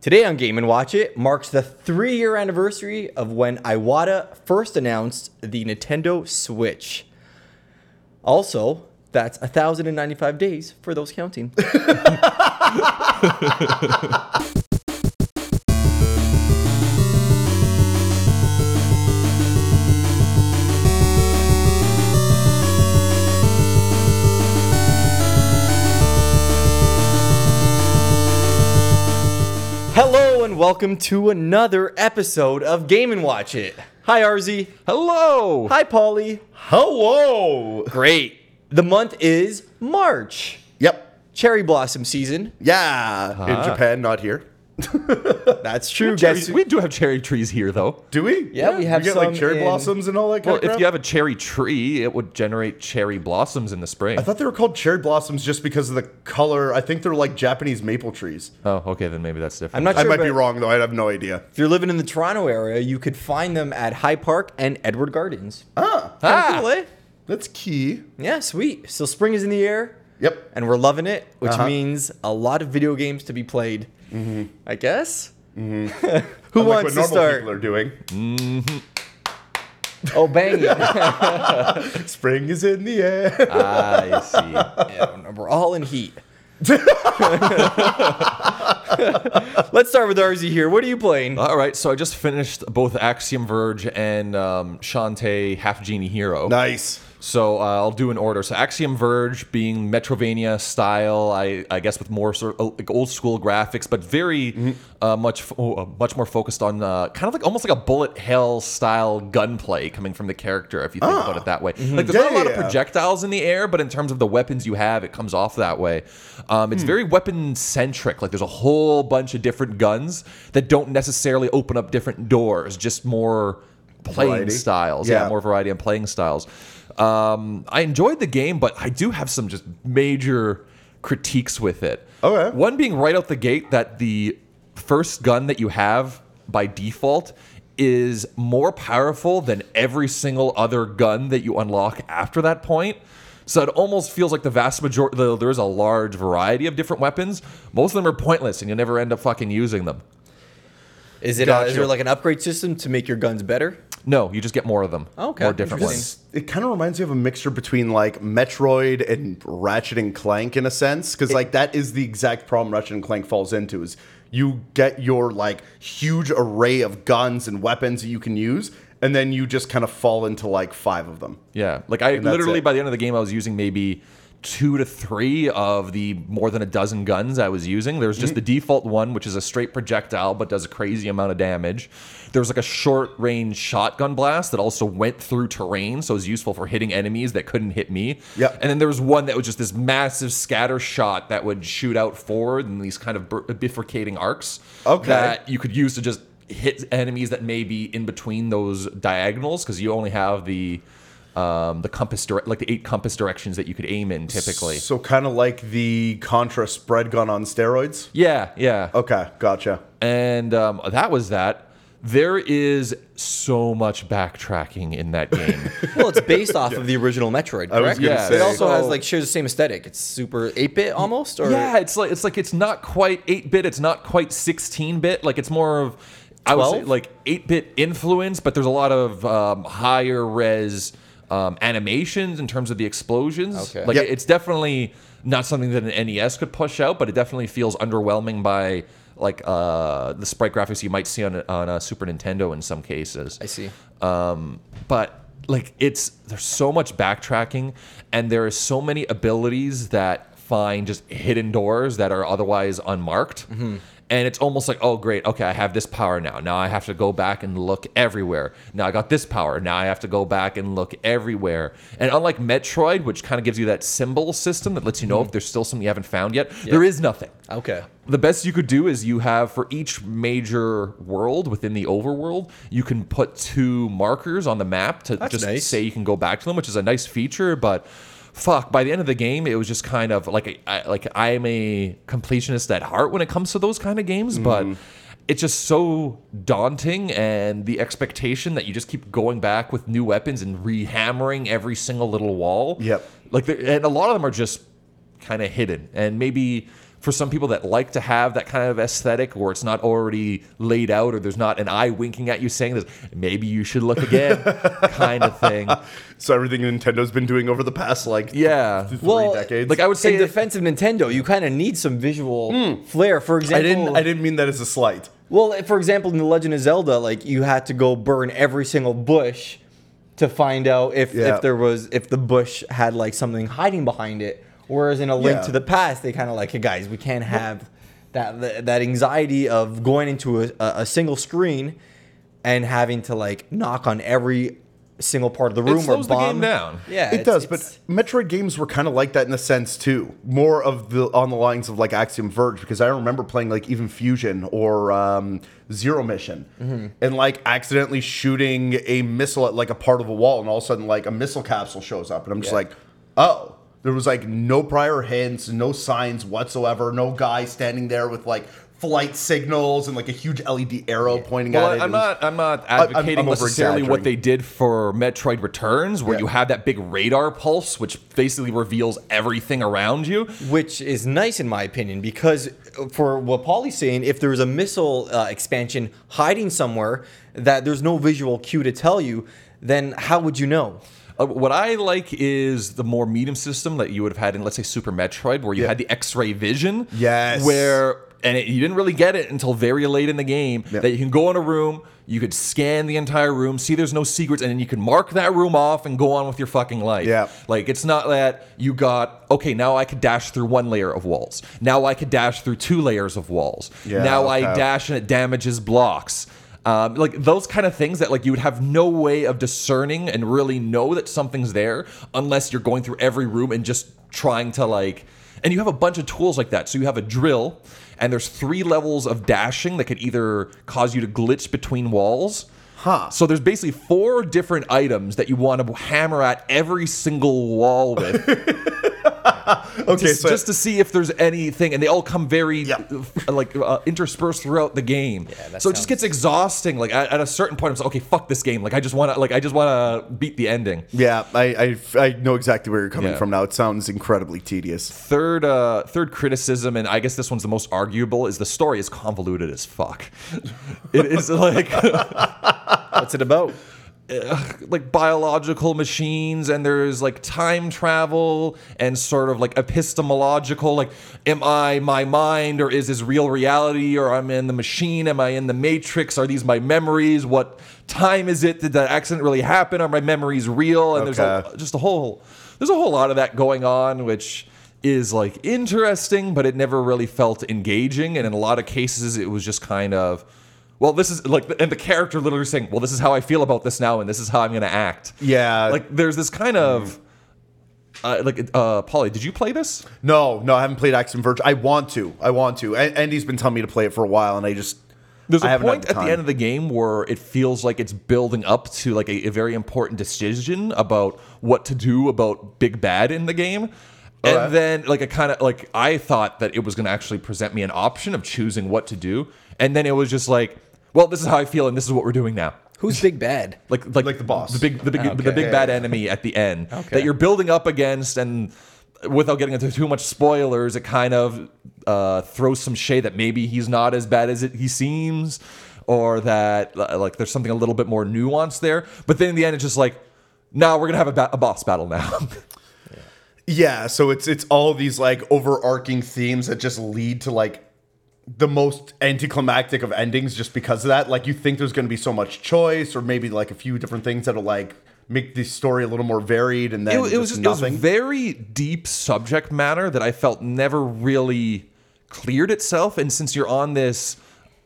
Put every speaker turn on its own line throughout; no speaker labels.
Today on Game & Watch It marks the three-year anniversary of when Iwata first announced the Nintendo Switch. Also, that's 1,095 days for those counting. Hello and welcome to another episode of Game & Watch It. Hi, RZ.
Hello.
Hi, Polly.
Hello.
Great. The month is March.
Yep.
Cherry blossom season.
Yeah.
Uh-huh.
in Japan, not here.
That's true.
Yes,
Guess-
we do have cherry trees here, though.
Do we?
Yeah, we have
get
some
like cherry
in-
blossoms and all that.
Well,
Kind of
if
crap?
you have a cherry tree, it would generate cherry blossoms in the spring.
I thought they were called cherry blossoms just because of the color. I think they're like Japanese maple trees.
oh, okay, then maybe that's different.
I'm not
I
sure.
might be
but
wrong though. I have no idea.
If you're living in the Toronto area, you could find them at High Park and Edward Gardens.
Ah,
Kinda
Ah.
cool, eh?
that's key.
Yeah, sweet. So spring is in the air,
Yep.
and we're loving it, which
Uh-huh. Mm-hmm.
means a lot of video games to be played. I guess. Who
Unlike
wants
what
to
normal
start?
people are doing.
Oh, bang it!
Spring is in the air.
I see.
Yeah, we're all in heat. Let's start with RZ here. What are you playing?
Uh,
All right, so I just finished both Axiom Verge and um, Shantae Half Genie Hero.
nice.
So uh, I'll do an order. So Axiom Verge being Metrovania style, I, I guess with more sort of like old school graphics, but very
Mm-hmm.
uh, much f- oh, uh, much more focused on uh, kind of like almost like a bullet hell style gunplay coming from the character, if you think about it that way. Like there's not a lot of
Ah. Mm-hmm. Yeah.
projectiles in the air, but in terms of the weapons you have, it comes off that way. Um,
Hmm.
it's very weapon centric. Like there's a whole bunch of different guns that don't necessarily open up different doors, just more playing
Variety.
styles. Yeah,
Yeah.
more variety in playing styles. Um, I enjoyed the game, but I do have some just major critiques with it.
Okay.
One being right out the gate that the first gun that you have by default is more powerful than every single other gun that you unlock after that point. So it almost feels like the vast majority, though there is a large variety of different weapons. Most of them are pointless and you never end up fucking using them.
Is it uh, is
Gotcha.
there like an upgrade system to make your guns better?
No, you just get more of them.
Okay,
More different
interesting.
ones.
It kind of reminds me of a mixture between like Metroid and Ratchet and Clank in a sense, because like that is the exact problem Ratchet and Clank falls into is you get your like huge array of guns and weapons that you can use, and then you just kind of fall into like five of them.
Yeah, like I
that's
literally
it.
by the end of the game, I was using maybe two to three of the more than a dozen guns I was using. There's just the default one, which is a straight projectile but does a crazy amount of damage. There's like a short range shotgun blast that also went through terrain, so it was useful for hitting enemies that couldn't hit me.
Yep.
And then there was one that was just this massive scatter shot that would shoot out forward in these kind of bur- bifurcating arcs.
Okay.
That you could use to just hit enemies that may be in between those diagonals because you only have the um, the compass dire- like the eight compass directions that you could aim in typically.
So kind of like the Contra spread gun on steroids.
Yeah, yeah.
Okay, gotcha.
And um, that was that. There is so much backtracking in that game.
Well, it's based off of the original Metroid, correct?
was gonna
Yeah, say.
It also has
so-
like shares the same aesthetic. It's super 8-bit almost or
yeah, it's like it's like it's not quite eight bit. It's not quite sixteen bit. Like it's more of I would say
12?
like eight bit influence, but there's a lot of um, higher res um, animations in terms of the explosions.
Okay.
Like
Yep.
it's definitely not something that an NES could push out, but it definitely feels underwhelming by like uh, the sprite graphics you might see on a, on a Super Nintendo in some cases
I see.
but like it's there's so much backtracking and there is so many abilities that find just hidden doors that are otherwise unmarked and it's almost like oh great okay i have this power now now i have to go back and look everywhere now i got this power now i have to go back and look everywhere and unlike metroid which kind of gives you that symbol system that lets you know if there's still something you haven't found yet there is nothing
Okay.
the best you could do is you have for each major world within the overworld, you can put two markers on the map to just
nice.
say you can go back to them, which is a nice feature. But fuck, by the end of the game, it was just kind of like I, like I am a completionist at heart when it comes to those kind of games, but. It's just so daunting, and the expectation that you just keep going back with new weapons and rehammering every single little wall.
Yep.
Like, there- and a lot of them are just kind of hidden. And maybe for some people that like to have that kind of aesthetic where it's not already laid out or there's not an eye winking at you saying this, maybe you should look again kind of thing.
So everything Nintendo's been doing over the past like
Yeah.
th- three
Well,
decades.
Like I would say
in defense of Nintendo, you kind of need some visual flair. For
I
example,
didn't I didn't mean that as a slight.
well, for example, in The Legend of Zelda, like you had to go burn every single bush to find out if,
Yeah.
if there was if the bush had like something hiding behind it. Whereas in A Link
Yeah.
to the Past, they kind of like, hey guys, we can't have that that- that anxiety of going into a, a a single screen and having to like knock on every single part of the room
slows
or
the
bomb
game down.
Yeah,
It
it's-
does,
it's-
but Metroid games were kind of like that in a sense too. More of the on the lines of like Axiom Verge, because I remember playing like even Fusion or um, Zero Mission,
Mm-hmm.
and like accidentally shooting a missile at like a part of a wall, and all of a sudden like a missile capsule shows up, and I'm just
Yeah.
like, oh. There was like no prior hints, no signs whatsoever, no guy standing there with like flight signals and like a huge LED arrow pointing
Well,
at it.
I'm
It was-
not. I'm not
I'm- I'm
advocating necessarily what
over-exaggerating.
they did for Metroid Returns, where
Yeah.
you have that big radar pulse, which basically reveals everything around you.
which is nice in my opinion because for what Paulie's saying, if there's a missile uh, expansion hiding somewhere that there's no visual cue to tell you, then how would you know?
Uh, what I like is the more medium system that you would have had in, let's say, Super Metroid, where you
Yeah.
had the X-ray vision.
Yes.
Where and it, you didn't really get it until very late in the game
Yeah.
that you can go in a room, you could scan the entire room, see there's no secrets, and then you can mark that room off and go on with your fucking life.
Yeah.
Like it's not that you got okay. Now I could dash through one layer of walls. Now I could dash through two layers of walls.
Yeah,
now I
okay.
dash and it damages blocks. Um, like those kind of things that like you would have no way of discerning and really know that something's there unless you're going through every room and just trying to like. And you have a bunch of tools like that. So you have a drill, and there's three levels of dashing that could either cause you to glitch between walls.
Huh.
So there's basically four different items that you want to hammer at every single wall with
okay,
just, just to see if there's anything, and they all come very
Yeah.
uh, like uh, interspersed throughout the game.
that
so it just gets exhausting. Like at, at a certain point, I'm just like, okay, fuck this game. Like I just want to, like I just want to beat the ending.
Yeah, I, I, I know exactly where you're coming
Yeah.
from now. It sounds incredibly tedious.
Third, uh, third criticism, and I guess this one's the most arguable, is the story is convoluted as fuck. it is like
What's it about?
like biological machines and there's like time travel and sort of like epistemological like am i my mind or is this real reality or i'm in the machine am i in the matrix are these my memories what time is it did that accident really happen are my memories real and there's
Okay.
a, just a whole there's a whole lot of that going on which is like interesting but it never really felt engaging and in a lot of cases it was just kind of well this is like and the character literally saying well this is how i feel about this now and this is how i'm going to act
Yeah.
like there's this kind of uh, like uh polly did you play this
No, no, I haven't played Axiom Verge. I want to. I want to. And Andy's been telling me to play it for a while, and I just
There's
I
a
haven't had
point at the
time.
end of the game where it feels like it's building up to like a, a very important decision about what to do about Big Bad in the game. And
Alright.
then like I kind of like I thought that it was going to actually present me an option of choosing what to do, and then it was just like, well, this is how I feel and this is what we're doing now.
Who's Big Bad?
Like like,
Like the boss.
the big the big
Okay.
the big
Yeah,
bad enemy at the end
Okay.
that you're building up against and without getting into too much spoilers it kind of uh, throws some shade that maybe he's not as bad as it, he seems or that uh, like there's something a little bit more nuanced there but then in the end it's just like no we're gonna have a, ba- a boss battle now
yeah. So it's it's all these like overarching themes that just lead to like the most anticlimactic of endings, just because of that. Like you think there's going to be so much choice, or maybe like a few different things that'll like make the story a little more varied, and then
it, it was just, it was
nothing.
very deep subject matter that I felt never really cleared itself. And since you're on this,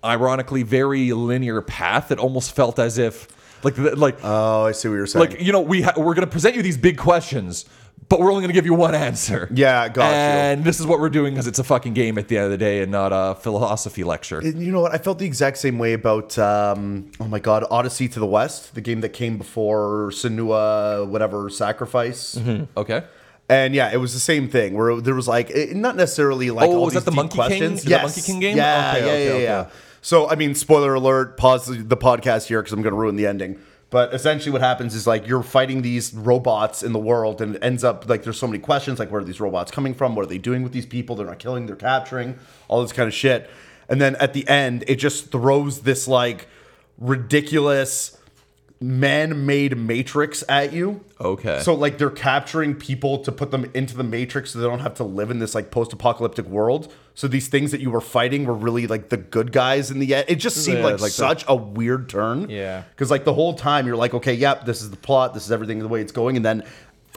ironically, very linear path, it almost felt as if like the- like
oh, I see what you're saying.
like you know we ha- we're gonna present you these big questions, but we're only gonna give you one answer.
Yeah, got you.
And this is what we're doing because it's a fucking game at the end of the day and not a philosophy lecture.
And you know what? I felt the exact same way about um, oh my god, Odyssey to the West, the game that came before Senua, whatever Sacrifice,
okay.
and yeah, it was the same thing where it- there was like it, not necessarily like
Oh,
all
was that
these
the
deep
Monkey King?
questions.
The
Yes.
Monkey King game?
Yeah,
Okay,
yeah,
okay,
yeah,
okay.
yeah. So I mean, spoiler alert. Pause the the podcast here because I'm going to ruin the ending. But essentially, what happens is like you're fighting these robots in the world, and it ends up like there's so many questions like, where are these robots coming from? What are they doing with these people? They're not killing, they're capturing, all this kind of shit. And then at the end, it just throws this like ridiculous man-made matrix at you.
Okay.
So like they're capturing people to put them into the matrix so they don't have to live in this like post-apocalyptic world. So these things that you were fighting were really like the good guys in the end. It just seemed
Yeah,
like,
like the-
such a weird turn.
Yeah.
Cuz like the whole time you're like okay, yep, this is the plot, this is everything the way it's going and then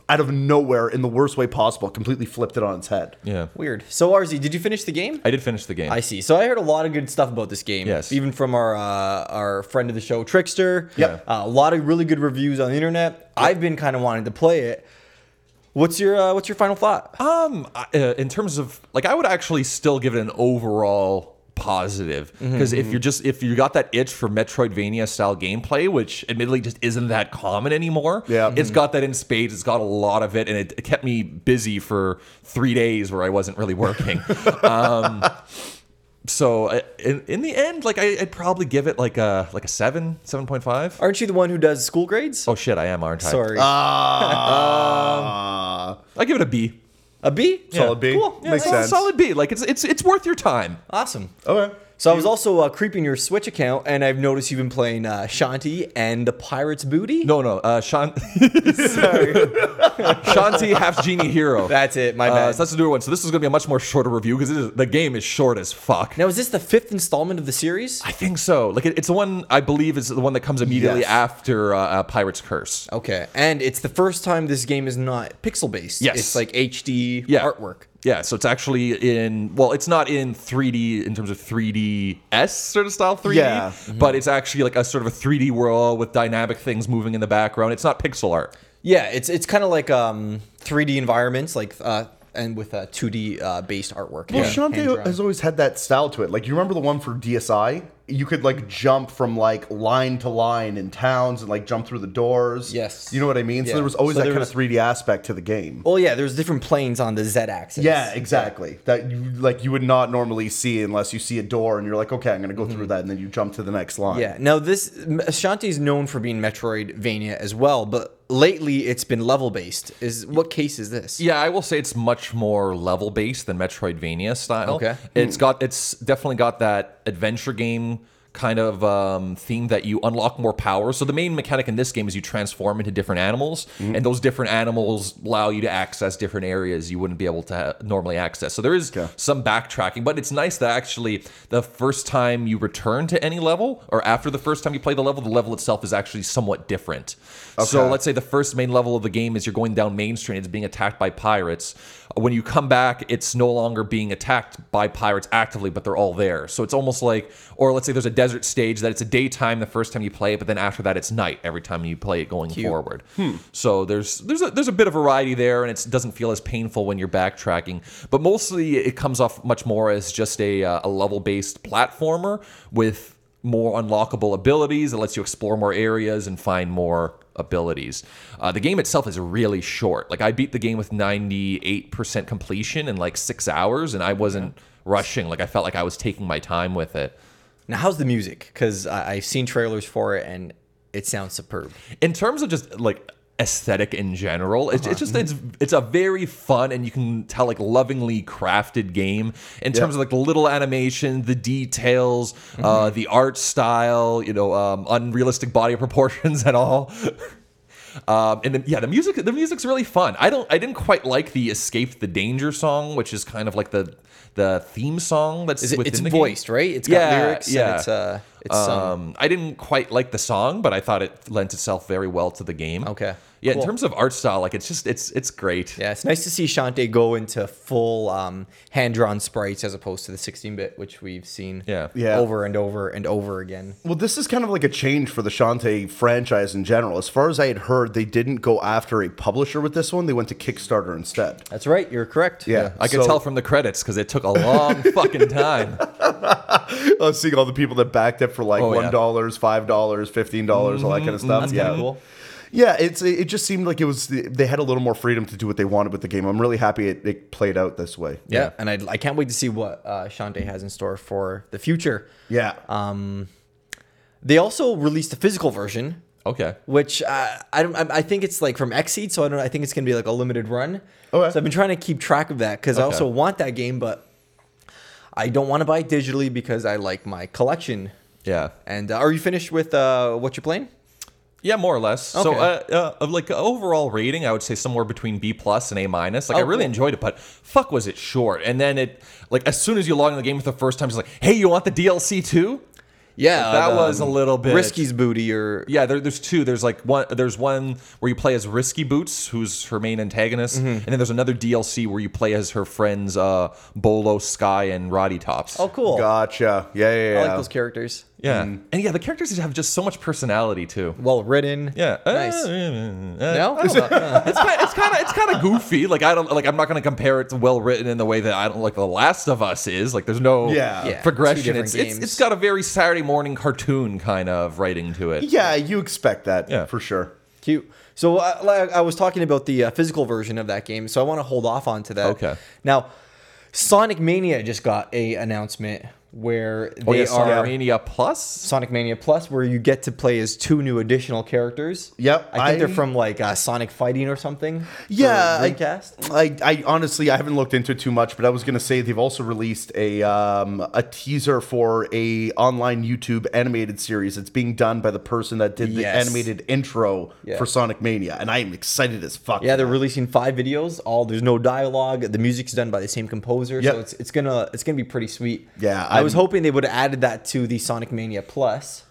out of nowhere in the worst way possible completely flipped it on its head.
Yeah.
Weird. So RZ, did you finish the game?
I did finish the game.
I see. So I heard a lot of good stuff about this game.
Yes.
Even from our uh, our friend of the show, Trickster.
Yep.
Uh, a lot of really good reviews on the internet. I've been kind of wanting to play it. What's your uh, What's your final thought?
Um, I- uh, in terms of like, I would actually still give it an overall positive
Mm-hmm,
because if you're just if you got that itch for Metroidvania style gameplay, which admittedly just isn't that common anymore,
Yeah. Mm-hmm.
it's got that in spades. It's got a lot of it, and it, it kept me busy for three days where I wasn't really working. um, so I, in, in the end, like I, I'd probably give it like a like a seven, seven point five.
Aren't you the one who does school grades?
Oh shit, I am, aren't I?
Sorry.
Ah.
I give it a B.
a B.
Solid B.
Cool. Yeah,
Makes
it's a
sense.
Solid B. Like it's it's it's worth your time.
Awesome.
okay.
So I was also uh, creeping your Switch account, and I've noticed you've been playing uh, Shanti and the Pirate's Booty.
No, no, uh, Shan- Shanti half genie hero.
That's it. My bad.
Uh, so that's the newer one. So this is going to be a much more shorter review because the game is short as fuck.
now is this the fifth installment of the series?
I think so. Like it, it's the one I believe is the one that comes immediately
Yes.
after uh, uh, Pirate's Curse.
Okay, and it's the first time this game is not pixel based.
Yes.
it's like HD
Yeah.
artwork.
Yeah, so it's actually in well, it's not in 3D in terms of 3DS sort of style 3D,
Yeah.
but it's actually like a sort of a 3D world with dynamic things moving in the background. It's not pixel art.
Yeah, it's it's kind of like um 3D environments, like uh, and with uh, 2D uh, based artwork. Yeah.
Well, Shantae
Hand-drawn.
has always had that style to it. Like, you remember the one for DSI? You could like jump from like line to line in towns and like jump through the doors.
Yes.
you know what I mean.
Yeah.
So there was always
So
that
there
kind
was- Oh,
of three D aspect to the game.
Well, yeah, there's different planes on the Z axis.
yeah, exactly. That you like you would not normally see unless you see a door and you're like, okay, I'm gonna go through that, and then you jump to the next line.
Mm-hmm. Yeah. Now this Shanti's known for being Metroidvania as well, but lately it's been level based. Is what case is this?
Yeah, I will say it's much more level based than Metroidvania style.
Okay.
it's got it's definitely got that adventure game kind of um, theme that you unlock more power. So the main mechanic in this game is you transform into different animals, and those different animals allow you to access different areas you wouldn't be able to ha- normally access. So there is some backtracking, but it's nice that actually the first time you return to any level or after the first time you play the level, the level itself is actually somewhat different. So
Okay.
let's say the first main level of the game is you're going down Main Street and it's being attacked by pirates. When you come back, it's no longer being attacked by pirates actively, but they're all there. So it's almost like, or let's say there's a desert stage that it's a daytime the first time you play it, but then after that it's night every time you play it going forward. So there's there's a, there's a bit of variety there, and it doesn't feel as painful when you're backtracking. But mostly it comes off much more as just a, uh, a level based platformer with more unlockable abilities. It lets you explore more areas and find more abilities. Uh, the game itself is really short. Like I beat the game with 98% completion in like six hours, and I wasn't rushing. Like I felt like I was taking my time with it.
Now how's the music? Because I've seen trailers for it and it sounds superb.
in terms of just like aesthetic in general it's, it's
Uh-huh.
just it's it's a very fun and you can tell like lovingly crafted game in terms of like the little animation the details uh
Mm-hmm.
the art style you know um unrealistic body proportions and all um and then, yeah the music the music's really fun i don't i didn't quite like the escape the danger song which is kind of like the the theme song that's
Is it,
within
it's
the game.
voiced, right? It's got
Yeah,
lyrics and
yeah.
it's uh it's sung.
Um, I didn't quite like the song, but I thought it lent itself very well to the game.
Okay,
Yeah,
cool.
in terms of art style, like it's just it's it's great.
Yeah, it's nice to see Shantae go into full um, hand-drawn sprites as opposed to the 16-bit, which we've seen
Yeah.
Yeah.
over and over and over again.
Well, this is kind of like a change for the Shantae franchise in general. As far as I had heard, they didn't go after a publisher with this one; they went to Kickstarter instead.
That's right, you're correct.
Yeah.
I could
So-
tell from the credits because it took a long fucking time.
I was seeing all the people that backed it for like
Oh,
one
yeah.
dollars, five dollars, fifteen dollars, all that kind of stuff.
Mm-hmm. That's
yeah,
kinda cool.
yeah. It's it it just seemed like it was they had a little more freedom to do what they wanted with the game. I'm really happy it, it played out this way.
Yeah, and I'd, I can't wait to see what uh, Shantae has in store for the future.
Yeah.
Um, they also released a physical version
Okay.
which uh, I don't. I I think it's like from Xseed, so I don't. I think it's gonna be like a limited run.
Okay.
So I've been trying to keep track of that because I
Okay.
also want that game, but I don't want to buy it digitally because I like my collection.
Yeah.
And uh, are you finished with uh, what you're playing?
Yeah, more or less. So,
Okay.
uh, uh, of, like overall rating, I would say somewhere between B plus and A minus. Like, I
Oh,
really
cool.
enjoyed it, but fuck, was it short? And then it, like, as soon as you log in the game for the first time, it's like, hey, you want the DLC too?
Yeah,
that was a little bit-
um, Risky's booty or
Yeah, there, there's two. There's like one. There's one where you play as Risky Boots, who's her main antagonist,
Mm-hmm.
and then there's another DLC where you play as her friends uh, Bolo, Sky, and Roddy Tops.
oh mm. cool.
Gotcha. Yeah, yeah, yeah.
I like those characters.
yeah, and yeah, the characters have just so much personality too.
Well written.
Yeah,
Nice.
Uh, uh,
No?
I don't know. it's kind. It's kind of. It's kind of goofy. Like I don't. Like I'm not going to compare it to well written in the way that I don't like The Last of Us is. Like there's no
Yeah.
Yeah, two
progression.
different
It's, it's
games.
it's got a very Saturday morning cartoon kind of writing to it.
yeah, you expect that
Yeah.
for sure.
Cute. So uh, like I was talking about the uh, physical version of that game, so I want to hold off on to that.
Okay.
Now, Sonic Mania just got a announcement where they
Oh yeah,
are
Sonic Mania Plus.
Sonic Mania Plus, where you get to play as two new additional characters.
Yep,
I think
I-
they're from like uh, Sonic Fighting or something. for
Yeah, I-
Dreamcast.
I, I honestly I haven't looked into it too much, but I was gonna say they've also released a um, a teaser for a online YouTube animated series that's being done by the person that did the
Yes.
animated intro
Yeah.
for Sonic Mania, and I am excited as fuck.
Yeah,
for
they're
that.
releasing five videos. All there's no dialogue. The music's done by the same composer,
Yep.
so it's it's gonna it's gonna be pretty sweet.
Yeah,
I was
I'm-
hoping they would have added that to the Sonic Mania Plus.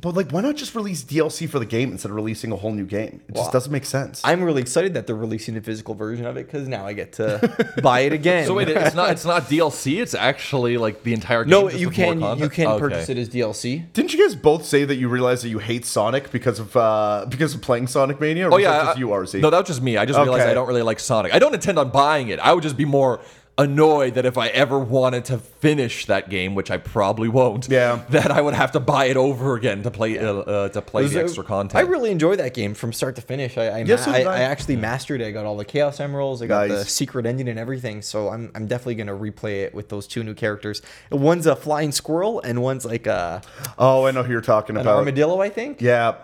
but like, why not just release DLC for the game instead of releasing a whole new game? It just doesn't make sense.
I'm really excited that they're releasing a physical version of it because now I get to buy it again.
So wait, it's not. It's not DLC. It's actually like the entire. game.
no,
just
you
with more
can you
content?
can
Okay.
purchase it as DLC.
Didn't you guys both say that you realized that you hate Sonic because of uh, because of playing Sonic Mania? Or
Oh
was
yeah,
that just
I-
you, RZ?
No, that was just me. I just realized
Okay.
I don't really like Sonic. I don't intend on buying it. I would just be more annoyed that if I ever wanted to finish that game, which I probably won't,
Yeah.
that I would have to buy it over again to play uh, uh, to play
It was
the
a-
extra content.
I really enjoyed that game from start to finish. I I,
Yes, so
ma- I,
did I.
I actually mastered it. I got all the Chaos Emeralds. I got the
Nice.
secret ending and everything. So I'm I'm definitely gonna replay it with those two new characters. One's a flying squirrel and one's like a
oh, I know who you're talking
an
about.
armadillo. I think.
Yeah.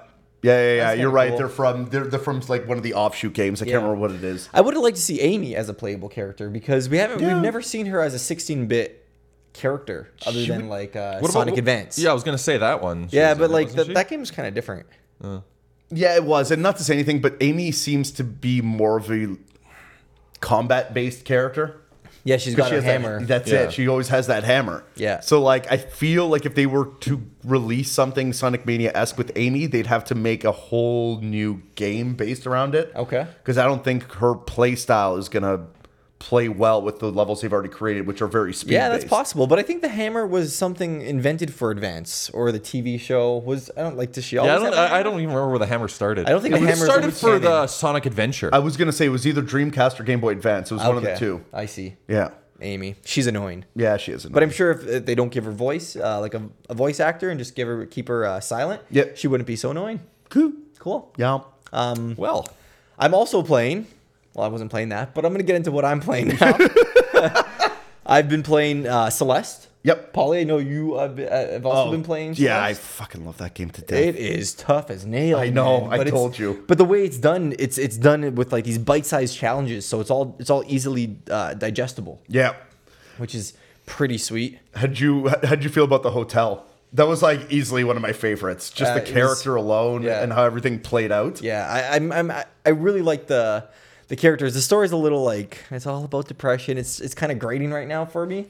Yeah, yeah, yeah.
That's kinda
You're right.
cool.
They're from they're, they're from like one of the offshoot games. I
Yeah.
can't remember what it is.
I would have liked to see Amy as a playable character because we haven't
Yeah.
we've never seen her as a 16-bit character other
She
than
would-
like uh,
What about-
Sonic
what-
Advance.
Yeah, I was gonna say that one. She
Yeah,
was in
but
it,
like
wasn't
th-
she?
that game's kind of different.
Yeah, it was. And not to say anything, but Amy seems to be more of a combat based character.
Yeah, she's
'Cause
got
she
her
has that-
hammer.
that's
Yeah.
it. She always has that hammer.
Yeah.
So like I feel like if they were to release something Sonic Mania esque with Amy, they'd have to make a whole new game based around it.
Okay.
Because I don't think her play style is gonna play well with the levels they've already created, which are very speed.
yeah, that's possible. But I think the hammer was something invented for Advance or the TV show. Was I don't like does she always?
Yeah, I don't.
have a hammer?
I, I don't even remember where the hammer started.
I don't think
it
the
was
hammer's
started
always
for the
canon.
Sonic Adventure.
I was gonna say it was either Dreamcast or Game Boy Advance. It was one of the
Okay,
two.
I see.
Yeah.
Amy, she's annoying.
Yeah, she is.
But I'm sure if, if they don't give her voice, uh, like a, a voice actor, and just give her keep her uh, silent,
Yep.
she wouldn't be so annoying.
cool.
Cool.
Yeah.
Um,
well,
I'm also playing. Well, I wasn't playing that, but I'm gonna get into what I'm playing now. I've been playing uh, Celeste.
Yep. Oh,
Polly, I know you have, have also been playing.
Yeah, I
Celeste.
fucking love that game to death.
It is tough as nails.
I know,
man,
I
but it's-
told you.
But the way it's done, it's it's done with like these bite-sized challenges, so it's all it's all easily uh, digestible,
yeah.
which is pretty sweet.
How'd you how'd you feel about the hotel? That was like easily one of my favorites. Just
Uh,
the
it was-
character alone
yeah.
and how everything played out.
Yeah, I, I'm I'm I- I really like the the characters. The story's a little like it's all about depression. It's it's kind of grating right now for me. uh,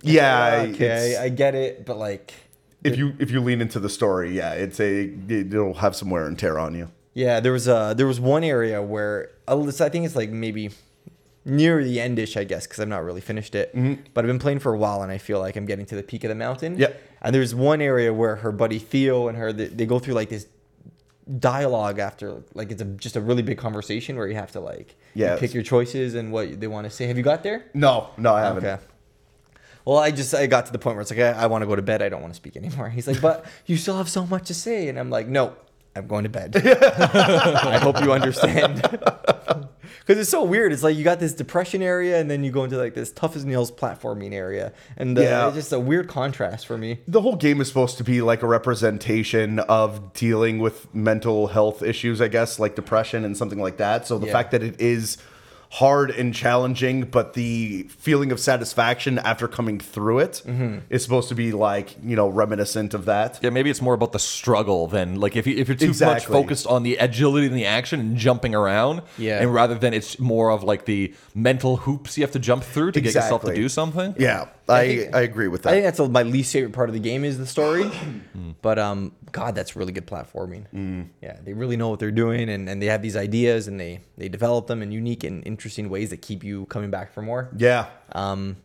Yeah,
okay,
it's-
I get it, but like,
If you if you lean into the story, yeah, it's a it'll have some wear and tear on you.
yeah, there was a there was one area where I was- I think it's like maybe near the endish, I guess, because I've not really finished it. But I've been playing for a while, and I feel like I'm getting to the peak of the mountain.
Yep.
And there's one area where her buddy Theo and her they, they go through like this dialogue after like it's a, just a really big conversation where you have to like you
Yeah.
pick your choices and what they want to say. Have you got there?
No, no, I haven't.
Okay. Well, I just I got to the point where it's like I, I want to go to bed. I don't want to speak anymore. He's like, but you still have so much to say, and I'm like, no, I'm going to bed. I hope you understand. Because it's so weird. It's like you got this depression area, and then you go into like this tough as nails platforming area, and uh,
Yeah.
it's just a weird contrast for me.
the whole game is supposed to be like a representation of dealing with mental health issues, I guess, like depression and something like that. So the
Yeah.
fact that it is hard and challenging, but the feeling of satisfaction after coming through it is
Mm-hmm.
supposed to be like, you know, reminiscent of that.
Yeah, maybe it's more about the struggle than like if you, if you're too much
Exactly.
focused on the agility and the action and jumping around,
Yeah.
and rather than it's more of like the mental hoops you have to jump through to get yourself to
Exactly.
do something.
Yeah, I, I,
think-
agree with
I uh, think
that.
that's my least favorite part of the game is the story. but um, God, that's really good platforming. Yeah, they really know what they're doing, and, and they have these ideas, and they they develop them in unique and interesting ways that keep you coming back for more.
Yeah.
Um,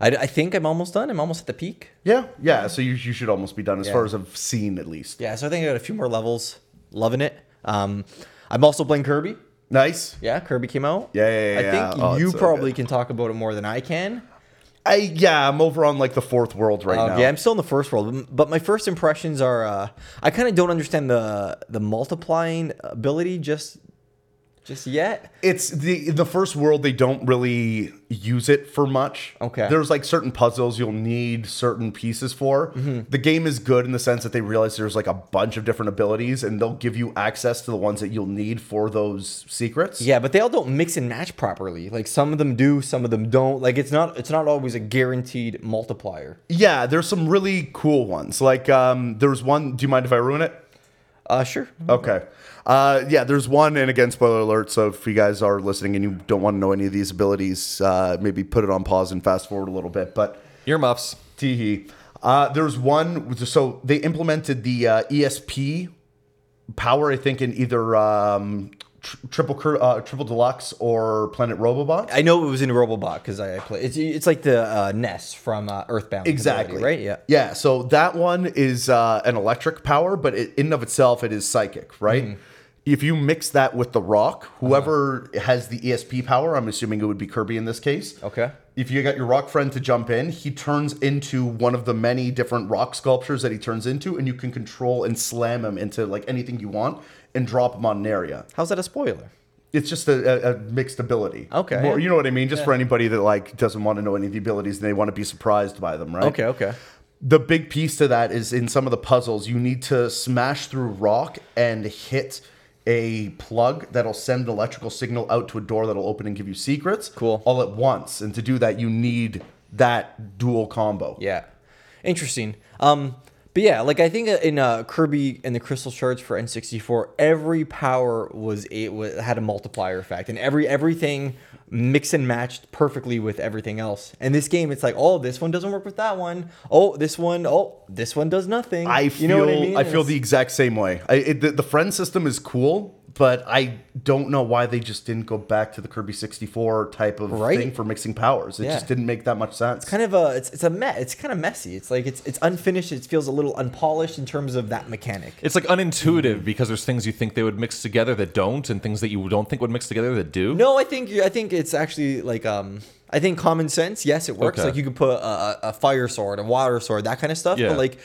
I, I think I'm almost done. I'm almost at the peak.
Yeah. Yeah. So you, you should almost be done as
Yeah.
far as I've seen, at least.
Yeah, so I think I got a few more levels. Loving it. Um, I'm also playing Kirby.
Nice.
Yeah, Kirby came out.
Yeah, yeah, yeah,
I think
yeah. Oh,
you
it's so
probably
good.
can talk about it more than I can.
I, yeah, I'm over on like the fourth world right
Um,
now.
Yeah, I'm still in the first world, but my first impressions are uh, I kind of don't understand the the multiplying ability just just yet.
it's the in the first world they don't really use it for much.
Okay.
There's like certain puzzles you'll need certain pieces for.
Mm-hmm.
The game is good in the sense that they realize there's like a bunch of different abilities and they'll give you access to the ones that you'll need for those secrets.
Yeah, but they all don't mix and match properly. Like some of them do, some of them don't. Like it's not it's not always a guaranteed multiplier.
Yeah, there's some really cool ones. Like um there's one, do you mind if I ruin it?
Uh, sure.
Okay. Uh, yeah, there's one, and again, spoiler alert. So if you guys are listening and you don't want to know any of these abilities, uh, maybe put it on pause and fast forward a little bit. But
Earmuffs.
Teehee. Uh, there's one. So they implemented the uh, ESP power, I think, in either um, tr- triple Cur- uh, triple deluxe or Planet Robobot.
I know it was in Robobot because I, I play. It's it's like the uh, Ness from uh, Earthbound.
Exactly.
ability, right. Yeah.
Yeah. So that one is uh, an electric power, but it, in and of itself, it is psychic, right?
Mm-hmm.
If you mix that with the rock,
Uh-huh.
whoever has the ESP power, I'm assuming it would be Kirby in this case.
Okay.
If you got your rock friend to jump in, he turns into one of the many different rock sculptures that he turns into, and you can control and slam him into like anything you want and drop him on an area.
How's that a spoiler?
It's just a, a, a mixed ability.
Okay.
More- you know what I mean? Just for anybody that like doesn't want to know any of the abilities and they want to be surprised by them, right?
Okay. Okay.
the big piece to that is in some of the puzzles you need to smash through rock and hit a plug that'll send an electrical signal out to a door that'll open and give you secrets
Cool.
all at once and to do that you need that dual combo
Yeah, interesting. Um, but yeah, like I think in uh, Kirby and the Crystal Shards for N64, every power was it was, had a multiplier effect, and every everything mixed and matched perfectly with everything else. And this game, it's like, oh, this one doesn't work with that one. Oh, this one, oh, this one does nothing.
i feel
you know what I mean?
I feel
It's-
the exact same way I, it, the, the friend system is cool but i don't know why they just didn't go back to the kirby 64 type of
Right.
thing for mixing powers it
Yeah.
just didn't make that much sense
kind of a it's, it's a mess. It's kind of messy. It's like it's it's unfinished. It feels a little unpolished in terms of that mechanic.
It's like unintuitive because there's things you think they would mix together that don't, and things that you don't think would mix together that do.
No, I think I think it's actually like um I think common sense. Yes, it works.
Okay.
Like you could put a, a- a fire sword, a water sword, that kind of stuff.
Yeah.
But like,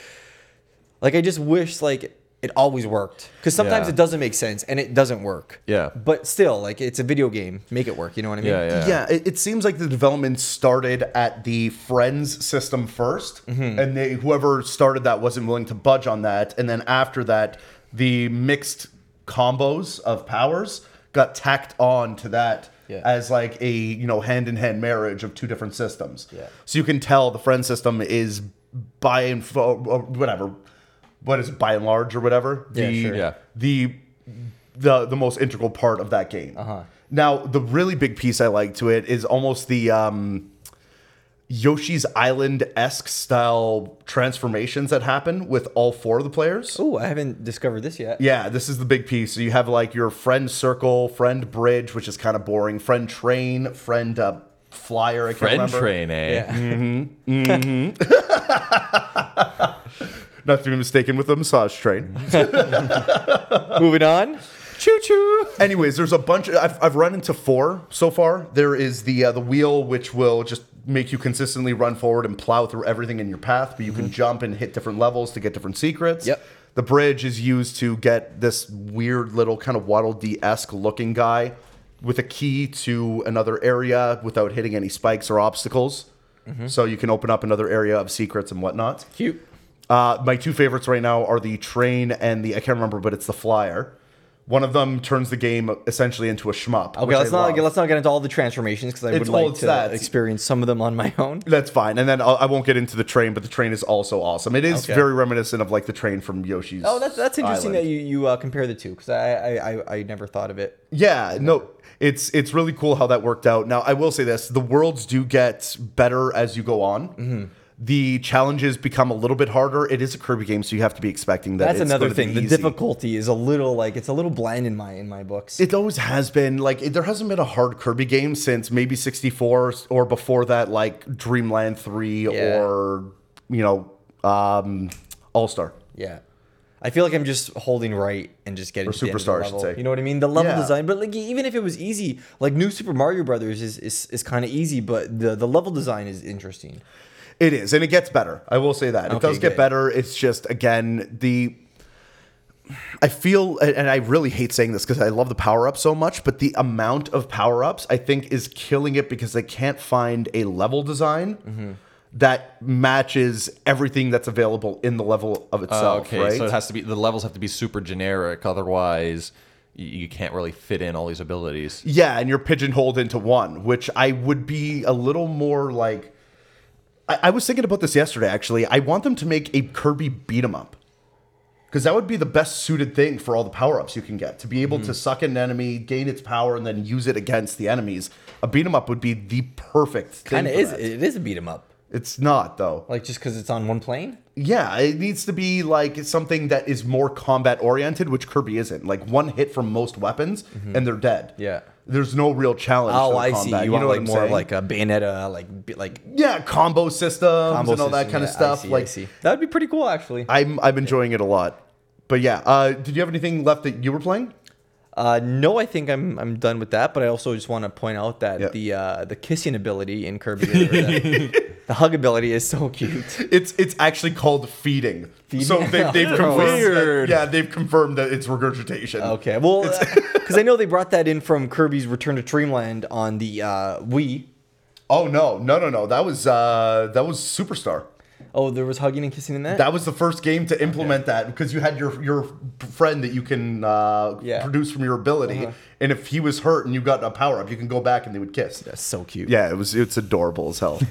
like I just wish like it always worked because sometimes
Yeah.
it doesn't make sense and it doesn't work.
Yeah.
But still, like it's a video game. Make it work. You know what I mean?
Yeah, yeah.
Yeah, it, it seems like the development started at the friends system 1st
Mm-hmm.
and they, whoever started that wasn't willing to budge on that. And then after that, the mixed combos of powers got tacked on to that
Yeah.
as like a you know hand in hand marriage of two different systems.
Yeah.
So you can tell the friend system is by and fo- or whatever, what is it by and large or whatever
Yeah,
the
sure.
Yeah.
the the the most integral part of that game.
Uh-huh.
Now, the really big piece I like to it is almost the um, Yoshi's Island esque style transformations that happen with all four of the players.
Ooh, I haven't discovered this yet.
Yeah, this is the big piece. So you have like your friend circle, friend bridge, which is kind of boring, friend train, friend uh, flyer. I can't
Friend
remember.
train, eh?
Yeah.
Not to be mistaken with a massage train.
Mm.
Moving on. Choo choo.
Anyways, there's a bunch. I've, I've run into four so far. There is the uh, the wheel, which will just make you consistently run forward and plow through everything in your path. But you can jump and hit different levels to get different secrets.
Yep.
The bridge is used to get this weird little kind of Waddle D esque looking guy with a key to another area without hitting any spikes or obstacles. So you can open up another area of secrets and whatnot.
Cute.
Uh, my two favorites right now are the train and the I can't remember, but it's the flyer. One of them turns the game essentially into a shmup.
Okay, let's not let's not get into all the transformations because I would
It's- well,
like
it's
to
that.
experience some of them on my own.
That's fine, and then I'll, I won't get into the train, but the train is also awesome. It is
Okay.
very reminiscent of like the train from Yoshi's.
Oh, that's that's interesting
Island.
that you you uh, compare the two because I, I I I never thought of it.
Yeah, no, it's it's really cool how that worked out. Now, I will say this: the worlds do get better as you go on.
Mm-hmm.
The challenges become a little bit harder. It is a Kirby game, so you have to be expecting that.
That's
it's
another
gonna be
thing. The
easy.
difficulty is a little like it's a little bland in my in my books.
It always has been like it, there hasn't been a hard Kirby game since maybe sixty four or before that, like Dreamland three
Yeah.
or you know um, All Star.
yeah. I feel like I'm just holding right and just getting or
Superstar, I should say.
You know what I mean? The level
Yeah.
design, but like even if it was easy, like New Super Mario Brothers is is, is kind of easy, but the the level design is interesting.
It is, and it gets better. I will say that it
Okay,
does get
good.
better. It's just again the. I feel, and and I really hate saying this because I love the power up so much, but the amount of power ups I think is killing it because they can't find a level design
Mm-hmm.
that matches everything that's available in the level of
Uh,
itself.
okay,
Oh, right?
so it has to be the levels have to be super generic, otherwise y- you can't really fit in all these abilities.
Yeah, and you're pigeonholed into one, which I would be a little more like. I, I was thinking about this yesterday, actually. I want them to make a Kirby beat 'em up. Because that would be the best suited thing for all the power ups you can get. To be able
Mm-hmm.
to suck in an enemy, gain its power, and then use it against the enemies. A beat 'em up would be the perfect thing.
Kind of
for
is
that.
it is a beat 'em up.
It's not, though.
Like just because it's on one plane.
Yeah, it needs to be like something that is more combat oriented, which Kirby isn't. Like one hit from most weapons,
Mm-hmm.
and they're dead.
Yeah.
there's no real challenge. to
Oh,
the
I see. You,
combat,
want
know what
like
I'm
more of
saying?
like a Bayonetta, like be- like
yeah, combo systems
combo
and all that
system.
kind of
Yeah, I
stuff.
see, I
like
see. that would be pretty cool, actually.
I'm I'm enjoying it a lot. But yeah, uh, did you have anything left that you were playing?
Uh, no, I think I'm I'm done with that. But I also just want to point out that
Yeah.
the uh, the kissing ability in Kirby, or the, the hug ability is so cute.
It's it's actually called feeding. So they, they've
Oh,
confirmed.
Weird.
That, yeah, they've confirmed that it's regurgitation.
Okay, well, because I know they brought that in from Kirby's Return to Dreamland on the uh, Wii.
Oh no, no, no, no. That was uh, that was Superstar.
Oh, there was hugging and kissing in that.
That was the first game to implement that because you had your your friend that you can uh,
Yeah. Uh-huh.
produce from your ability, and if he was hurt and you got a power up, you can go back and they would kiss.
That's so cute.
Yeah, it was it's adorable as hell.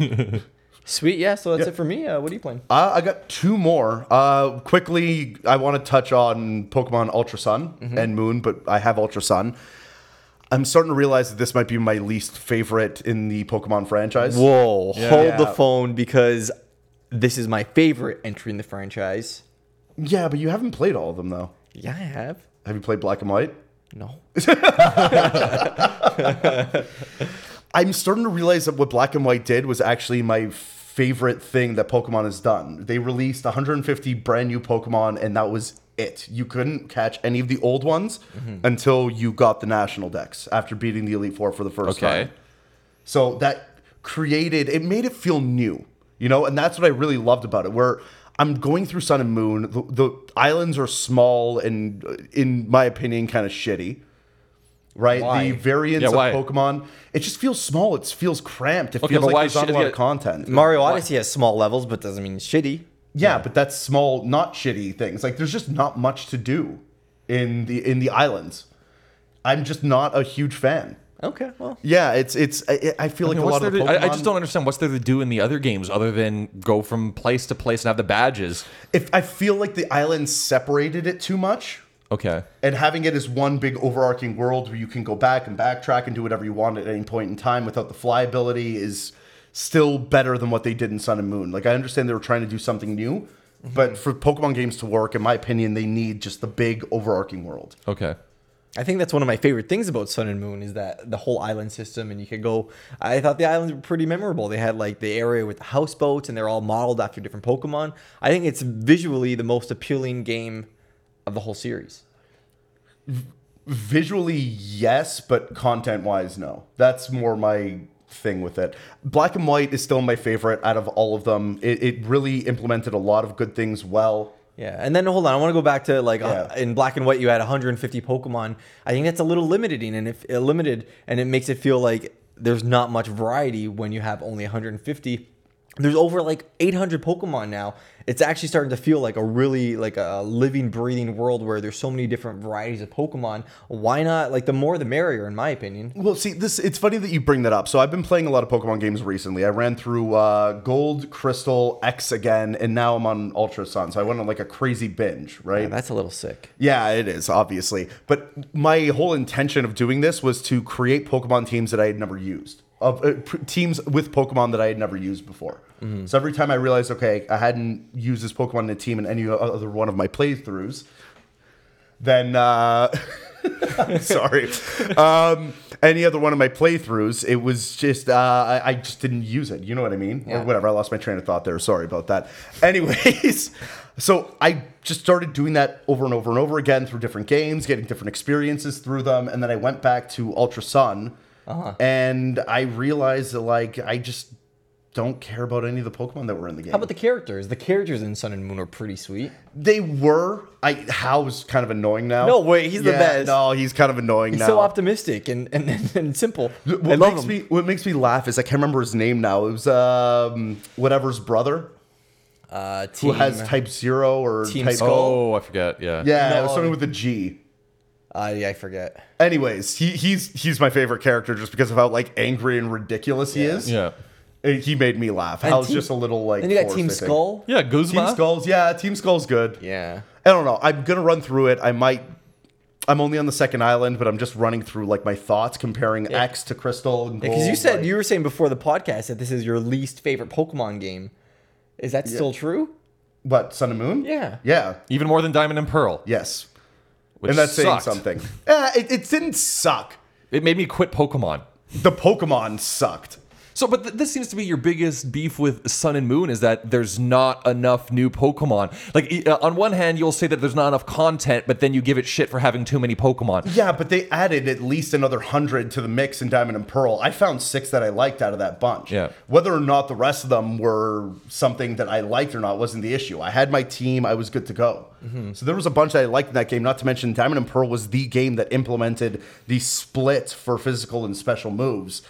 Sweet. Yeah. So that's it for me. Uh, what are you playing?
Uh, I got two more. Uh, quickly, I want to touch on Pokemon Ultra Sun and Moon, but I have Ultra Sun. I'm starting to realize that this might be my least favorite in the Pokemon franchise.
Whoa! Hold
Yeah.
the phone because this is my favorite entry in the franchise.
Yeah, but you haven't played all of them though.
Yeah, I have.
Have you played Black and White?
No.
I'm starting to realize that what Black and White did was actually my favorite thing that Pokemon has done. They released 150 brand new Pokemon, and that was it. You couldn't catch any of the old ones until you got the national decks after beating the Elite Four for the first
Okay.
time. So that created it made it feel new, you know, and that's what I really loved about it. Where I'm going through Sun and Moon, the, the islands are small and, uh, in my opinion, kind of shitty. Right,
Why?
the variants
Yeah, why?
of Pokemon, it just feels small. It feels cramped. It feels
but
like
why
there's not a
shit-
lot
yeah.
of content.
Mario Odyssey has small levels, but doesn't mean it's shitty.
yeah, but that's small, not shitty things. Like there's just not much to do in the in the islands. I'm just not a huge fan.
Okay, well,
Yeah, it's it's. I, I feel like
I mean,
a
what's
lot of the
there
Pokemon,
to- I, I just don't understand what's there to do in the other games other than go from place to place and have the badges.
If I feel like the island separated it too much,
Okay.
and having it as one big overarching world where you can go back and backtrack and do whatever you want at any point in time without the flyability is still better than what they did in Sun and Moon. Like I understand they were trying to do something new, but for Pokemon games to work, in my opinion, they need just the big overarching world.
Okay.
I think that's one of my favorite things about Sun and Moon is that the whole island system, and you could go. I thought the islands were pretty memorable. They had like the area with the houseboats, and they're all modeled after different Pokemon. I think it's visually the most appealing game of the whole series.
Visually, yes, but content wise, no. That's more my thing with it. Black and White is still my favorite out of all of them. It, it really implemented a lot of good things well.
Yeah, and then hold on, I want to go back to like uh,
Yeah.
in black and white. You had 150 Pokemon. I think that's a little limiting, and if uh, limited, and it makes it feel like there's not much variety when you have only 150. There's over like 800 Pokemon now. It's actually starting to feel like a really like a living, breathing world where there's so many different varieties of Pokemon. Why not? Like the more the merrier, in my opinion.
Well, see, this it's funny that you bring that up. So I've been playing a lot of Pokemon games recently. I ran through uh, Gold, Crystal, X again, and now I'm on Ultra Sun. So I went on like a crazy binge, right?
And that's a little sick.
Yeah, it is, obviously. But my whole intention of doing this was to create Pokemon teams that I had never used, of uh, pr- teams with Pokemon that I had never used before. So every time I realized, okay, I hadn't used this Pokemon in a team in any other one of my playthroughs, then. Uh, I'm sorry. Um, any other one of my playthroughs, it was just uh, I, I just didn't use it. You know what I mean?
Yeah.
Or whatever. I lost my train of thought there. Sorry about that. Anyways, so I just started doing that over and over and over again through different games, getting different experiences through them, and then I went back to Ultra Sun,
Uh-huh.
and I realized that like I just don't care about any of the Pokemon that were in the game
How about the characters? The characters in Sun and Moon are pretty sweet.
they were. I Hal's kind of annoying now.
No way, he's the best.
No, he's kind of annoying now.
So optimistic and and, and, and simple.
what
I love
makes
them.
me what makes me laugh is I can't remember his name now. It was um whatever's brother
uh,
who
team,
has type zero or
Team
type
Skull.
Oh, I forget. Yeah.
Yeah, it was
No.
something with a G.
Uh, yeah, I forget.
Anyways, he, he's he's my favorite character just because of how like angry and ridiculous he is.
Yeah.
Uh, He made me laugh. Hal's
Team-
just a little like.
Then you got
forced,
Team
I think.
Skull.
Yeah. Guzma.
Team Skull's yeah. Team Skull's good.
Yeah.
I don't know. I'm gonna run through it. I might. I'm only on the second island, but I'm just running through like my thoughts, comparing X to Crystal and Gold.
Because you said
like-
you were saying before the podcast that this is your least favorite Pokemon game. Is that still true?
what Sun and Moon.
Yeah.
Yeah.
Even more than Diamond and Pearl.
Yes.
Which
and that's
sucked.
saying something. Eh, it, it didn't suck.
It made me quit Pokemon.
The Pokemon sucked.
So, but th- this seems to be your biggest beef with Sun and Moon is that there's not enough new Pokemon. Like, e- uh, on one hand, you'll say that there's not enough content, but then you give it shit for having too many Pokemon.
Yeah, but they added at least another hundred to the mix in Diamond and Pearl. I found six that I liked out of that bunch.
Yeah.
Whether or not the rest of them were something that I liked or not wasn't the issue. I had my team, I was good to go. So there was a bunch that I liked in that game, not to mention Diamond and Pearl was the game that implemented the split for physical and special moves.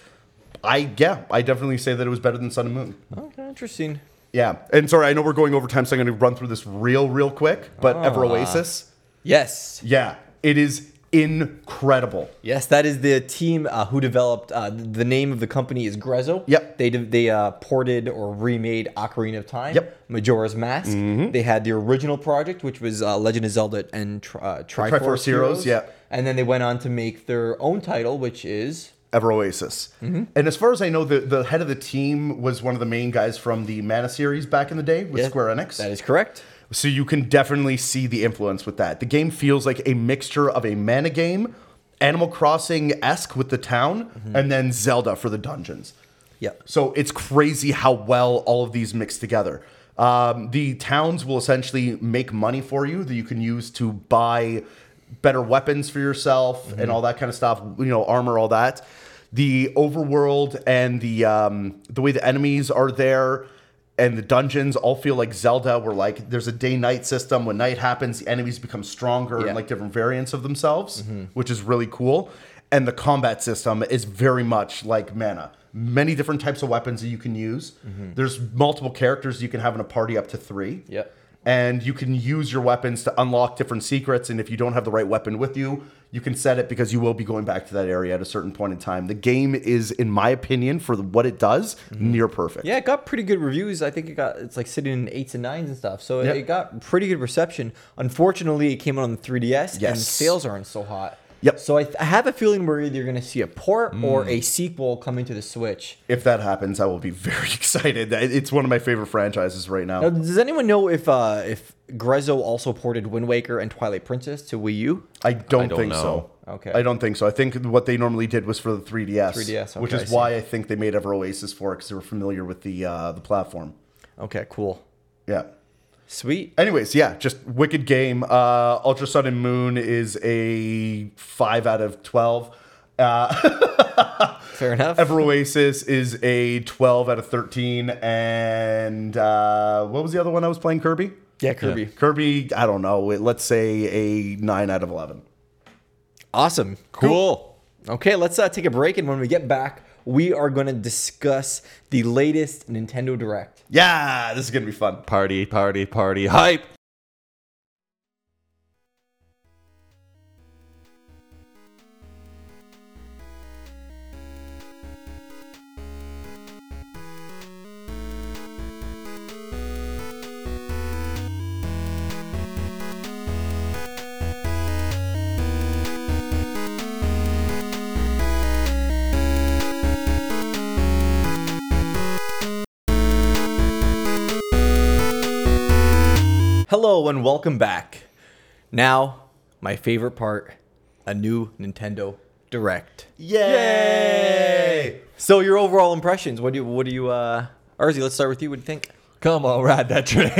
I yeah, I definitely say that it was better than Sun and Moon.
Okay, interesting.
Yeah. And sorry, I know we're going over time, so I'm gonna run through this real, real quick. But Ever Oasis,
Yes.
yeah, it is incredible.
Yes, that is the team uh, who developed. Uh, the name of the company is Grezzo.
Yep.
They de- they uh, ported or remade Ocarina of Time.
Yep.
Majora's Mask. They had the original project, which was uh, Legend of Zelda and tri- uh, Triforce,
Triforce Heroes, yeah.
And then they went on to make their own title, which is
Ever Oasis.
Mm-hmm.
And as far as I know, the, the head of the team was one of the main guys from the Mana series back in the day with
Yeah,
Square Enix.
That is correct.
so you can definitely see the influence with that. The game feels like a mixture of a Mana game, Animal Crossing esque with the town,
Mm-hmm.
and then Zelda for the dungeons.
Yep.
So it's crazy how well all of these mix together. Um, the towns will essentially make money for you that you can use to buy better weapons for yourself and all that kind of stuff. You know, armor, all that. The overworld and the um, the way the enemies are there and the dungeons all feel like Zelda, where like there's a day night system. When night happens, the enemies become stronger
Yeah.
and like different variants of themselves,
Mm-hmm.
which is really cool. And the combat system is very much like mana. Many different types of weapons that you can use. There's multiple characters you can have in a party up to three.
Mm-hmm. Yep.
And you can use your weapons to unlock different secrets. And if you don't have the right weapon with you, you can set it because you will be going back to that area at a certain point in time. The game is, in my opinion, for what it does, near perfect.
Mm-hmm. Yeah, it got pretty good reviews. I think it got it's like sitting in eights and nines and stuff. So
Yep.
it got pretty good reception. Unfortunately, it came out on the 3DS and
Yes.
sales aren't so hot.
Yep.
So I, th- I have a feeling we're either going to see a port or a sequel coming to the Switch.
If that happens, I will be very excited. It- It's one of my favorite franchises right now.
Now, does anyone know if uh, if Grezzo also ported Wind Waker and Twilight Princess to Wii U?
I don't,
I don't
think
know.
so.
Okay.
I don't think so. I think what they normally did was for the 3DS,
3DS,
which
okay, I
is
see.
why I think they made Ever Oasis for it because they were familiar with the uh, the platform.
Okay, cool,
Yeah.
sweet.
Anyways, yeah, just wicked game. Uh, Ultra Sun and Moon is a five out of twelve. Uh,
Fair enough.
Ever Oasis is a twelve out of thirteen, and uh, what was the other one I was playing? Kirby.
Yeah, Kirby.
Kirby, I don't know. Let's say a nine out of eleven.
Awesome.
Cool.
Okay, let's uh, take a break, and when we get back, we are going to discuss the latest Nintendo Direct.
Yeah, this is gonna be fun.
Party, party, party, hype.
Hello, and welcome back. Now, my favorite part a new Nintendo Direct.
Yay!
So, your overall impressions? What do you, what do you, uh, Arzy, let's start with you. What do you think?
Come on, ride that train.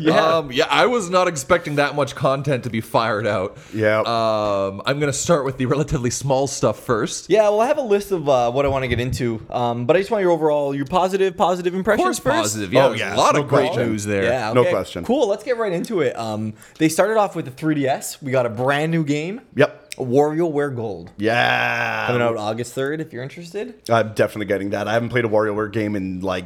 yeah. Um, yeah, I was not expecting that much content to be fired out.
Yeah.
Uh,
Um, I'm gonna start with the relatively small stuff first.
Yeah, well, I have a list of uh, what I want to get into, um, but I just want your overall, your positive, positive
Of
impressions
course,
first.
positive. Yeah,
Oh,
there's
yeah,
a lot
no
of great
question.
news there.
Yeah,
No
okay.
question.
Cool. Let's get right into it. Um, they started off with the 3DS. We got a brand new game,
Yep.
WarioWare Gold,
Yeah.
coming out August 3rd. If you're interested.
I'm definitely getting that. I haven't played a WarioWare game in like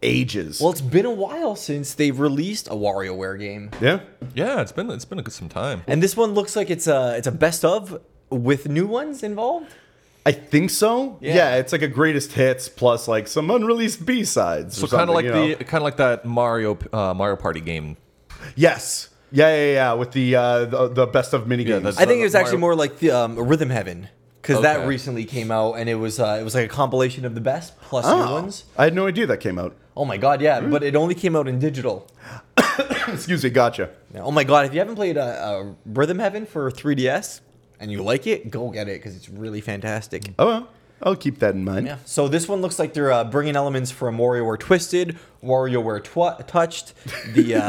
ages.
Well, it's been a while since they've released a WarioWare game,
yeah.
Yeah, it's been it's been a good some time.
and this one looks like it's a it's a best of with new ones involved.
I think so.
Yeah.
Yeah. it's like a greatest hits plus like some unreleased B sides.
So kind of like the kind of like that Mario uh, Mario Party game.
yes, yeah, yeah, yeah, with the uh, the, the best of mini games.
that's-
I think it was
Mario-
actually more like the um, Rhythm Heaven because that
Okay.
recently came out, and it was uh, it was like a compilation of the best plus new ones.
I had no idea that came out.
Oh my god, yeah, but it only came out in digital.
Excuse me, gotcha.
Now, oh my god, if you haven't played uh, uh, Rhythm Heaven for 3DS and you like it, go get it because it's really fantastic.
Oh, well, I'll keep that in mind.
Yeah. So this one looks like they're uh, bringing elements from WarioWare Twisted, WarioWare Twat Touched, the uh,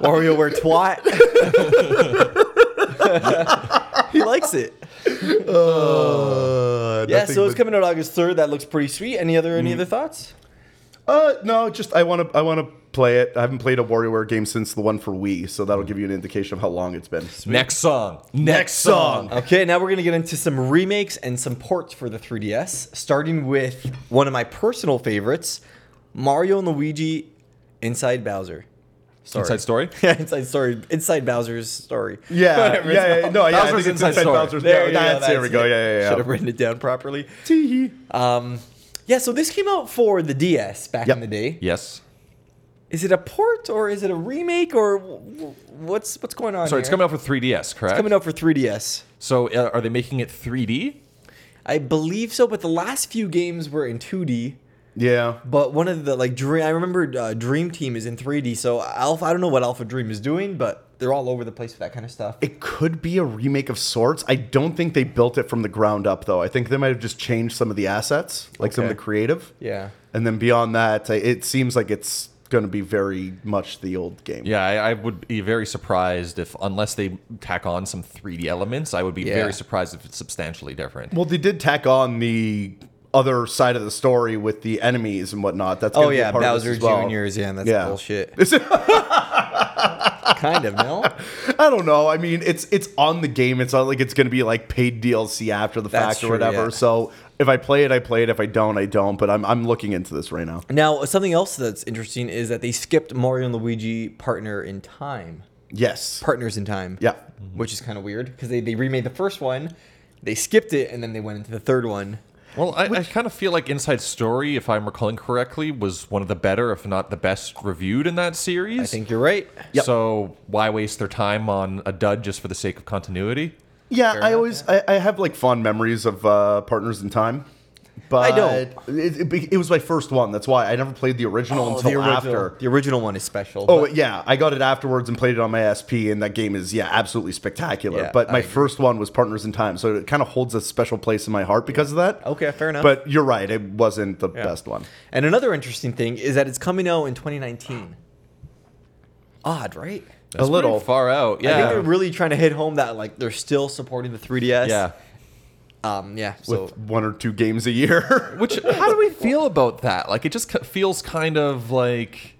WarioWare Twat. he likes it.
Uh,
Yeah.
nothing
So it's
but-
coming out August 3rd. That looks pretty sweet. Any other any other thoughts?
Uh, no, just I want to I want to play it. I haven't played a WarioWare game since the one for Wii, so that'll give you an indication of how long it's been.
Next song. Next,
song.
Okay, now we're gonna get into some remakes and some ports for the 3DS, starting with one of my personal favorites, Mario and Luigi Inside Bowser. Sorry.
Inside story.
Yeah, Inside Story. Inside Bowser's story.
Yeah, yeah, yeah, no, yeah. I
Bowser's
think it's
Inside
inside
Story.
Bowser's.
There,
There,
you go,
that's, there we go.
it.
Yeah, yeah,
Should
yeah.
have written it down properly.
Tee-hee.
Um, yeah, so this came out for the DS back
Yep.
in the day.
Yes.
Is it a port or is it a remake or w- w- what's what's going on?
Sorry, it's
here?
coming out for 3DS, correct?
coming out for 3DS.
So uh, are they making it 3D?
I believe so, but the last few games were in 2D.
Yeah.
But one of the like dream, I remember uh, Dream Team is in 3D. So Alpha, I don't know what Alpha Dream is doing, but they're all over the place with that kind of stuff.
It could be a remake of sorts. I don't think they built it from the ground up, though. I think they might have just changed some of the assets, like some of
Okay.
the creative.
Yeah.
And then beyond that, I- it seems like it's going to be very much the old game.
Yeah, I, I would be very surprised if, unless they tack on some 3D elements, I would be
Yeah.
very surprised if it's substantially different.
Well, they did tack on the other side of the story with the enemies and whatnot. That's gonna
Oh
be a
yeah,
part of
Bowser
this as well.
Jr. is in. That's
Yeah.
bullshit.
Is it-
kind of no.
I don't know. I mean, it's it's on the game. It's not like it's going to be like paid DLC after the
That's
fact
true,
or whatever.
yeah.
So if I play it, I play it. If I don't, I don't. But I'm I'm looking into this right now.
Now something else that's interesting is that they skipped Mario and Luigi Partner in Time,
Yes.
Partners in Time.
Yeah.
which is kind of weird because they they remade the first one, they skipped it, and then they went into the third one.
Well, I, I kind of feel like Inside Story, if I'm recalling correctly, was one of the better, if not the best reviewed in that series.
I think you're right.
Yep.
So why waste their time on a dud just for the sake of continuity?
Yeah, I
enough,
always I, I have like fond memories of uh, Partners in Time. But
I don't.
It, it, be- it was my first one. That's why I never played the original until
Oh, the original,
after.
the original one is special.
Oh
but-
yeah, I got it afterwards and played it on my SP, and that game is yeah absolutely spectacular.
Yeah,
but
I
my
agree.
first one was Partners in Time, so it kind of holds a special place in my heart because of that.
okay, fair enough.
But you're right, it wasn't the best one.
and another interesting thing is that it's coming out in 2019. Odd, right?
That's pretty
little.
far out.
I
Yeah.
think they're really trying to hit home that like they're still supporting the 3DS.
yeah.
Um, yeah. So
with one or two games a year.
Which how do we feel about that? Like it just ki- feels kind of like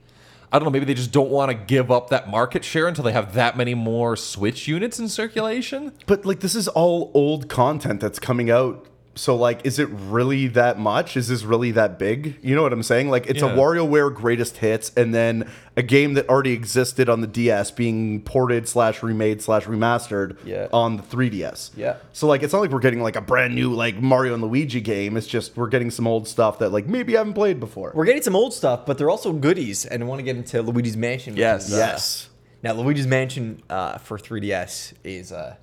I don't know. Maybe they just don't want to give up that market share until they have that many more Switch units in circulation.
But like this is all old content that's coming out. So like is it really that much? Is this really that big? You know what I'm saying? Like it's a
Yeah.
WarioWare greatest hits and then a game that already existed on the DS being ported slash remade slash remastered
Yeah.
on the 3DS.
Yeah.
So like it's not like we're getting like a brand new like Mario and Luigi game. It's just we're getting some old stuff that like maybe I haven't played before.
we're getting some old stuff, but they're also goodies, and I want to get into Luigi's Mansion. which
Yes.
is, uh,
yes.
Now, Luigi's Mansion uh, for 3DS is uh,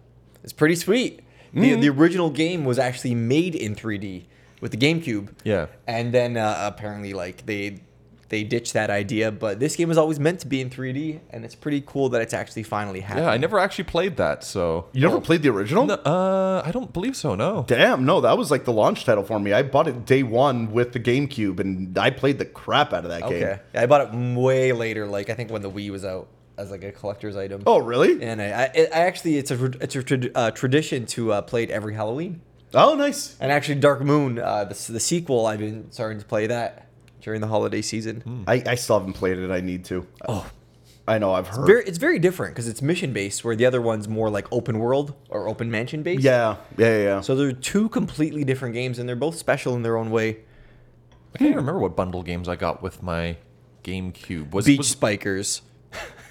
is pretty sweet. The,
Mm-hmm.
the original game was actually made in 3D with the GameCube.
Yeah.
and then uh, apparently, like they they ditched that idea, but this game was always meant to be in 3D, and it's pretty cool that it's actually finally happening.
Yeah, I never actually played that, so
You never played the original?
No, uh, I don't believe so. No.
Damn, no, that was like the launch title for me. I bought it day one with the GameCube, and I played the crap out of that game.
Okay, yeah, I bought it way later. Like I think when the Wii was out as like a collector's item.
Oh, really?
and I, I, I actually it's a tr- it's a trad- uh, tradition to uh, play it every Halloween.
Oh, nice.
And actually, Dark Moon, uh, the, s- the sequel, I've been starting to play that during the holiday season.
I, I still haven't played it. I need to. Oh, I know. I've heard.
Very, it's very different because it's mission based, where the other one's more like open world or open mansion based.
yeah, yeah, yeah. yeah.
So they're two completely different games, and they're both special in their own way.
I can't even remember what bundle games I got with my GameCube. Was,
Beach
was
Spikers.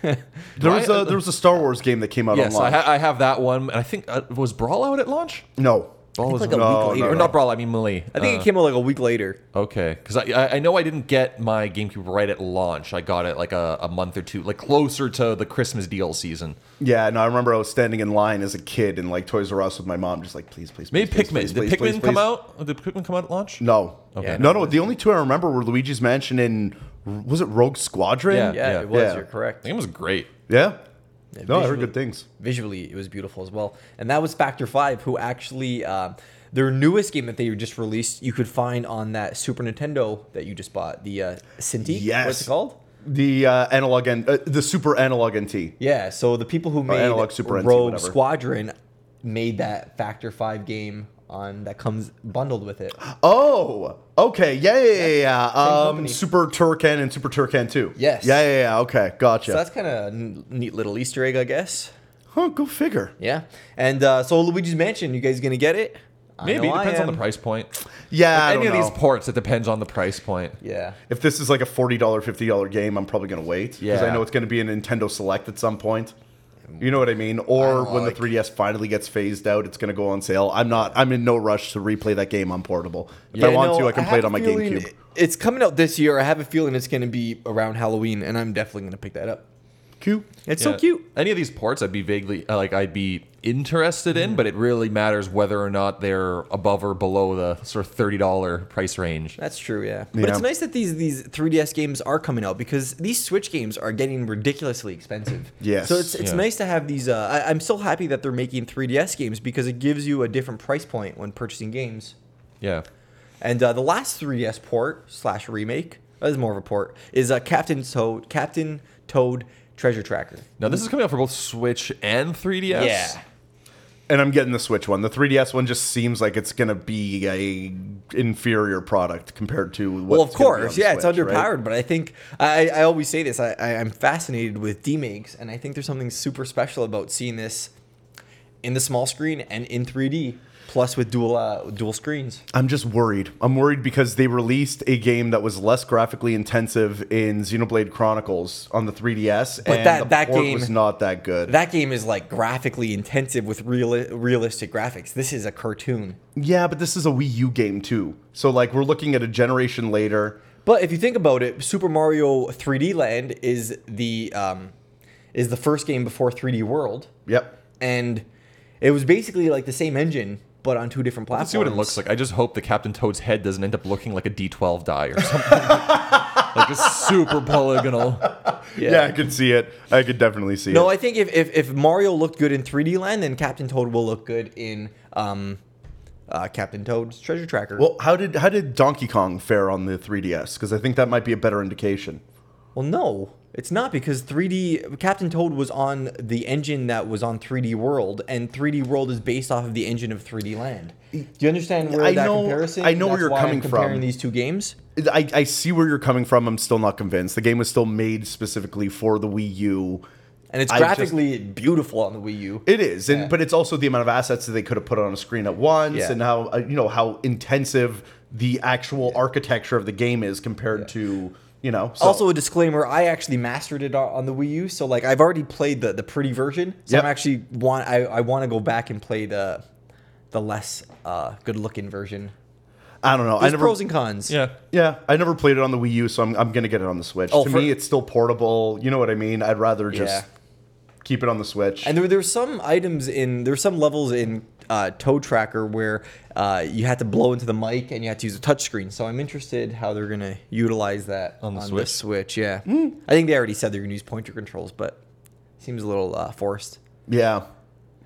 there was
Why-
a there was a Star Wars game that came out
yes, I,
online.
ha- I have that one. And I think uh, was Brawl out at launch.
no.
Brawl was
like a
No,
week
no,
later.
or not Brawl. I mean Melee.
I think
Uh,
it came out like a week later.
Okay, because I, I I know I didn't get my GameCube right at launch. I got it like a, a month or two, like closer to the Christmas deal season.
Yeah, no. I remember I was standing in line as a kid in like Toys R Us with my mom, just like please, please,
Maybe
please,
Pikmin.
please, please,
Did Pikmin
please,
come
please.
out? Did Pikmin come out at launch?
No.
Okay.
No, no. The only two I remember were Luigi's Mansion and was it Rogue Squadron?
Yeah.
Yeah, it was.
yeah.
You're
I
correct.
think it was great.
Yeah. No, I heard
visually-
good things.
Visually, it was beautiful as well. And that was Factor 5, who actually, um their newest game that they just released, you could find on that Super Nintendo that you just bought, the uh, Cinti. What's
Yes.
it called?
The uh, analog and uh, the super analog NT.
Yeah, so the people who made
Analog Super NC,
Rogue
whatever.
Squadron made that Factor 5 game on that comes bundled with it.
Oh, okay. Yeah, yeah, yeah. yeah. Um,
company.
super Turkan and Super Turkan 2.
Yes.
Yeah, yeah, yeah. Okay, gotcha.
So that's kind of a n- neat little Easter egg, I guess.
huh, go figure.
Yeah. And uh, so Luigi's Mansion, you guys going to get it? I
Maybe
know I
depends on the
am.
price point.
Yeah, I
Any
don't
of these
know.
ports, it depends on the price point.
Yeah.
if this is like a $40, $50 game, I'm probably going to wait. Because I
Yeah.
know it's going to be a Nintendo Select at some point. You know what I mean? Or
know,
when
Mm. like-
the 3DS finally gets phased out, it's going to go on sale. I'm not, I'm in no rush to replay that game on portable. If I
Yeah,
want
no,
to, I can play
have
it on
a
my
feeling
GameCube.
It's coming out this year. I have a feeling it's going to be around Halloween, and I'm definitely going to pick that up.
Cute.
It's
Yeah.
so cute.
Any of these ports, I'd be vaguely uh, like I'd be interested in, but it really matters whether or not they're above or below the sort of thirty dollar price range.
That's true, yeah. But it's
Yeah.
nice that these these 3DS games are coming out because these Switch games are getting ridiculously expensive.
Yes.
So it's it's
Yeah.
nice to have these. Uh, I, I'm so happy that they're making 3DS games because it gives you a different price point when purchasing games.
Yeah.
And uh, the last 3DS port slash remake, that is more of a port, is uh, Captain Toad Captain Toad Treasure Tracker.
Now this is coming out for both Switch and 3DS.
Yeah.
And I'm getting the Switch one. The 3DS one just seems like it's going to be a inferior product compared to what
well, of course, yeah, it's underpowered. But I think I, I always say this. I, I I'm fascinated with D-Makes, and I think there's something super special about seeing this in the small screen and in 3D, plus with dual uh, dual screens.
I'm just worried. I'm worried because they released a game that was less graphically intensive in Xenoblade Chronicles on the 3DS, but and
that-
the
that
port
game-
was not that good.
That game is like graphically intensive with real realistic graphics. This is a cartoon.
yeah, but this is a Wii U game too, so like we're looking at a generation later.
But if you think about it, Super Mario 3D Land is the um, is the first game before 3D World,
Yep.
and it was basically like the same engine but on two different platforms.
Let's see what it looks like. I just hope the Captain Toad's head doesn't end up looking like a D12 die or something. like it's super polygonal.
Yeah. I could see it. I could definitely see
No,
it.
I think if, if, if Mario looked good in 3D Land, then Captain Toad will look good in um, uh, Captain Toad's Treasure Tracker. Well,
well, how did how did Donkey Kong fare on the 3DS? Because I think that might be a better indication.
Well, no, it's not because 3D Captain Toad was on the engine that was on 3D World, and 3D World is based off of the engine of 3D Land. Do you understand where
I
that
know-
comparison?
I know where
That's
you're
why I'm
coming from.
Comparing these two games.
I, I see where you're coming from. I'm still not convinced. The game was still made specifically for the Wii U.
And it's
I just-
graphically beautiful on the Wii U.
It is, and
Yeah.
but it's also the amount of assets that they could have put on a screen at once,
Yeah.
and how uh, you know how intensive the actual architecture of the game is compared to you know. so-
Also, a disclaimer: I actually mastered it on on the Wii U, so like I've already played the the pretty version. So
Yep.
I'm actually want I, I want to go back and play the the less uh, good looking version.
I don't know. I
There's
never.
pros and cons.
Yeah.
yeah, I never played it on the Wii U, so I'm, I'm gonna get it on the Switch.
Oh,
to
for-
me, it's still portable. You know what I mean? I'd rather just
Yeah.
keep it on the Switch.
And there, there were some items in there were some levels in uh, Toe Tracker where uh, you had to blow into the mic and you had to use a touchscreen. So I'm interested how they're gonna utilize that
On the Switch?
Switch, yeah.
Mm.
I think they already said they're gonna use pointer controls, but seems a little uh, forced.
yeah,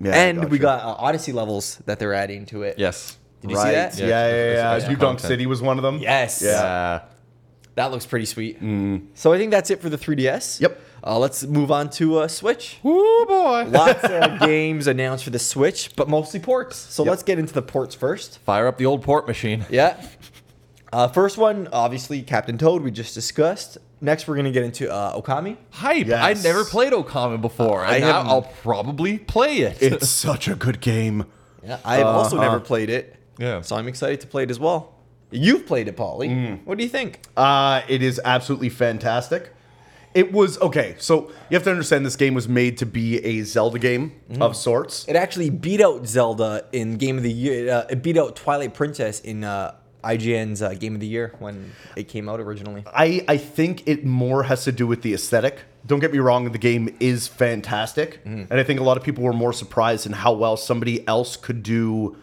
yeah. I
and we
gotcha.
got uh, Odyssey levels that they're adding to it.
Yes.
Did you
right.
see that?
Yeah,
Yeah,
yeah,
it's-
yeah.
it's
New Donk
content.
City was one of them.
Yes.
Yeah.
That looks pretty sweet. So I think that's it for the 3DS.
Mm-hmm. Yep.
Uh, let's move on to uh, Switch.
Ooh boy.
Lots of games announced for the Switch, but mostly ports. So
Yep.
let's get into the ports first.
Fire up the old port machine.
Yeah. Uh, first one, obviously, Captain Toad, we just discussed. Next, we're going to get into uh, Okami.
Hype.
Yes.
I never played Okami before, and
I
now
haven't.
I'll probably play it.
It's such a good game.
Yeah, I have also
Uh-huh.
never played it.
Yeah.
So I'm excited to play it as well. You've played it, Polly.
Mm-hmm.
What do you think?
Uh, it is absolutely fantastic. It was okay. So you have to understand this game was made to be a Zelda game of sorts.
It actually beat out Zelda in Game of the Year. Uh, it beat out Twilight Princess in uh, IGN's uh, Game of the Year when it came out originally.
I, I think it more has to do with the aesthetic. Don't get me wrong, the game is fantastic. And I think a lot of people were more surprised in how well somebody else could do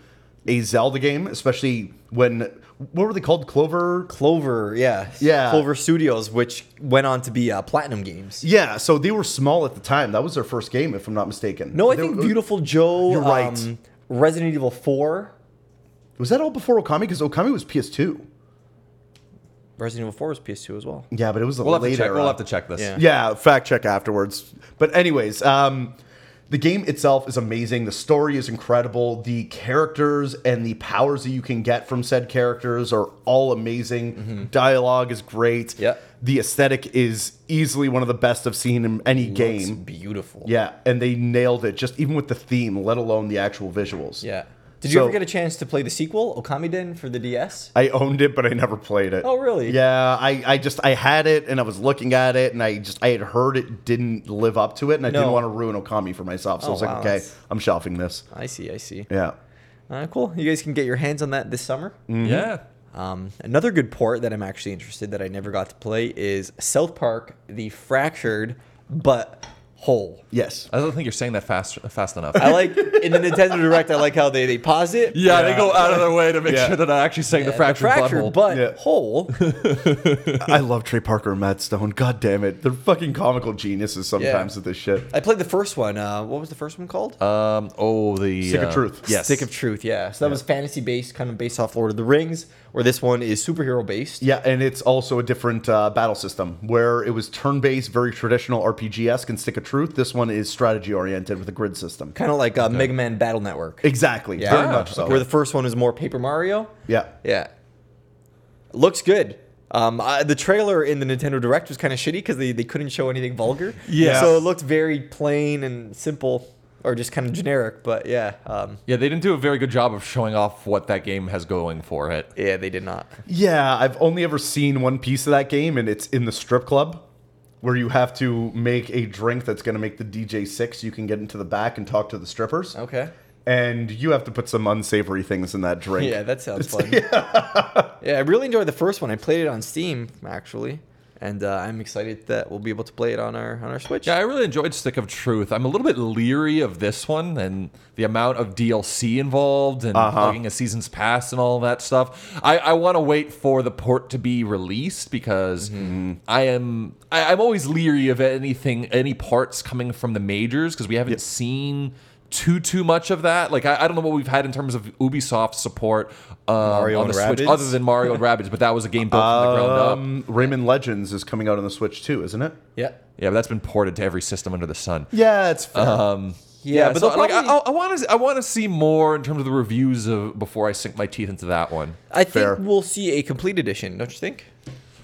a Zelda game, especially when what were they called? Clover
Clover, yeah,
Yeah.
Clover Studios, which went on to be uh, Platinum Games.
Yeah, so they were small at the time. That was their first game, if I'm not mistaken.
No, I
They
think
were-
Beautiful Joe.
You're right.
um, Resident Evil Four.
was that all before Okami? Because Okami was PS2.
Resident Evil Four was PS2 as well.
Yeah, but it was a
We'll have,
late
to check,
era.
we'll have to check this.
Yeah.
Yeah, fact check afterwards. But anyways, um, the game itself is amazing. The story is incredible. The characters and the powers that you can get from said characters are all amazing.
Mm-hmm.
Dialogue is great.
Yeah.
The aesthetic is easily one of the best I've seen in any
It's
game.
beautiful.
Yeah, and they nailed it. Just even with the theme, let alone the actual visuals.
yeah. Did you
So-
ever get a chance to play the sequel, Okami Den, for the DS?
I owned it, but I never played it.
Oh, really?
Yeah, I, I just I had it and I was looking at it and I just I had heard it didn't live up to it and I
No.
didn't want to ruin Okami for myself, so I
Oh,
was like,
wow,
okay,
that's-
I'm shelving this.
I see. I see.
Yeah,
Uh, cool. You guys can get your hands on that this summer.
Mm-hmm.
Yeah.
Um, another good port that I'm actually interested that I never got to play is South Park: The Fractured But Whole.
yes.
I don't think you're saying that fast fast enough.
Uh,
I like in the Nintendo Direct. I like how they they pause it.
yeah, they go out of their way to make
Yeah.
sure that I actually saying the
The
fractured,
fractured
fractured
but
Yeah.
whole.
I love Trey Parker and Matt Stone. God damn it, they're fucking comical geniuses sometimes with this shit.
I played the first one. Uh, what was the first one called?
Um. Oh, the
Stick of
uh,
Truth.
Yes.
Stick of Truth. Yeah. So that was fantasy based, kind of based off Lord of the Rings. Where this one is superhero based.
Yeah, and it's also a different uh, battle system where it was turn-based, very traditional RPG esque, and Stick of Truth. This one is strategy oriented with a grid system.
Kind of like uh, Mega Man Battle Network.
Exactly, very much so.
Where the first one is more Paper Mario.
yeah,
Yeah. Looks good. Um, I, the trailer in the Nintendo Direct was kind of shitty because they, they couldn't show anything vulgar.
Yeah.
So it looked very plain and simple, or just kind of generic. But yeah, um,
Yeah, they didn't do a very good job of showing off what that game has going for it.
yeah, they did not.
Yeah, I've only ever seen one piece of that game, and it's in the strip club where you have to make a drink that's going to make the DJ sick so you can get into the back and talk to the strippers.
Okay.
And you have to put some unsavory things in that drink.
Yeah, that sounds fun. Yeah. I really enjoyed the first one. I played it on Steam actually, and uh, I'm excited that we'll be able to play it on our on our Switch.
Yeah, I really enjoyed Stick of Truth. I'm a little bit leery of this one and the amount of DLC involved and
Uh-huh.
plugging a season's pass and all that stuff. I, I want to wait for the port to be released because
Mm-hmm.
I am I, I'm always leery of anything any parts coming from the majors because we haven't seen too too much of that. Like I, I don't know what we've had in terms of Ubisoft support um,
Mario
on the
and
Switch,
Rabbids?
other than Mario and Rabbids, but that was a game built from the ground up.
Um, Rayman Legends is coming out on the Switch too, isn't it?
Yeah.
Yeah, but that's been ported to every system under the sun.
Yeah, it's fair.
Um, Yeah,
but
so
the- like, I,
probably-
I want to, I want to see more in terms of the reviews of before I sink my teeth into that one.
I think
Fair.
we'll see a complete edition, don't you think?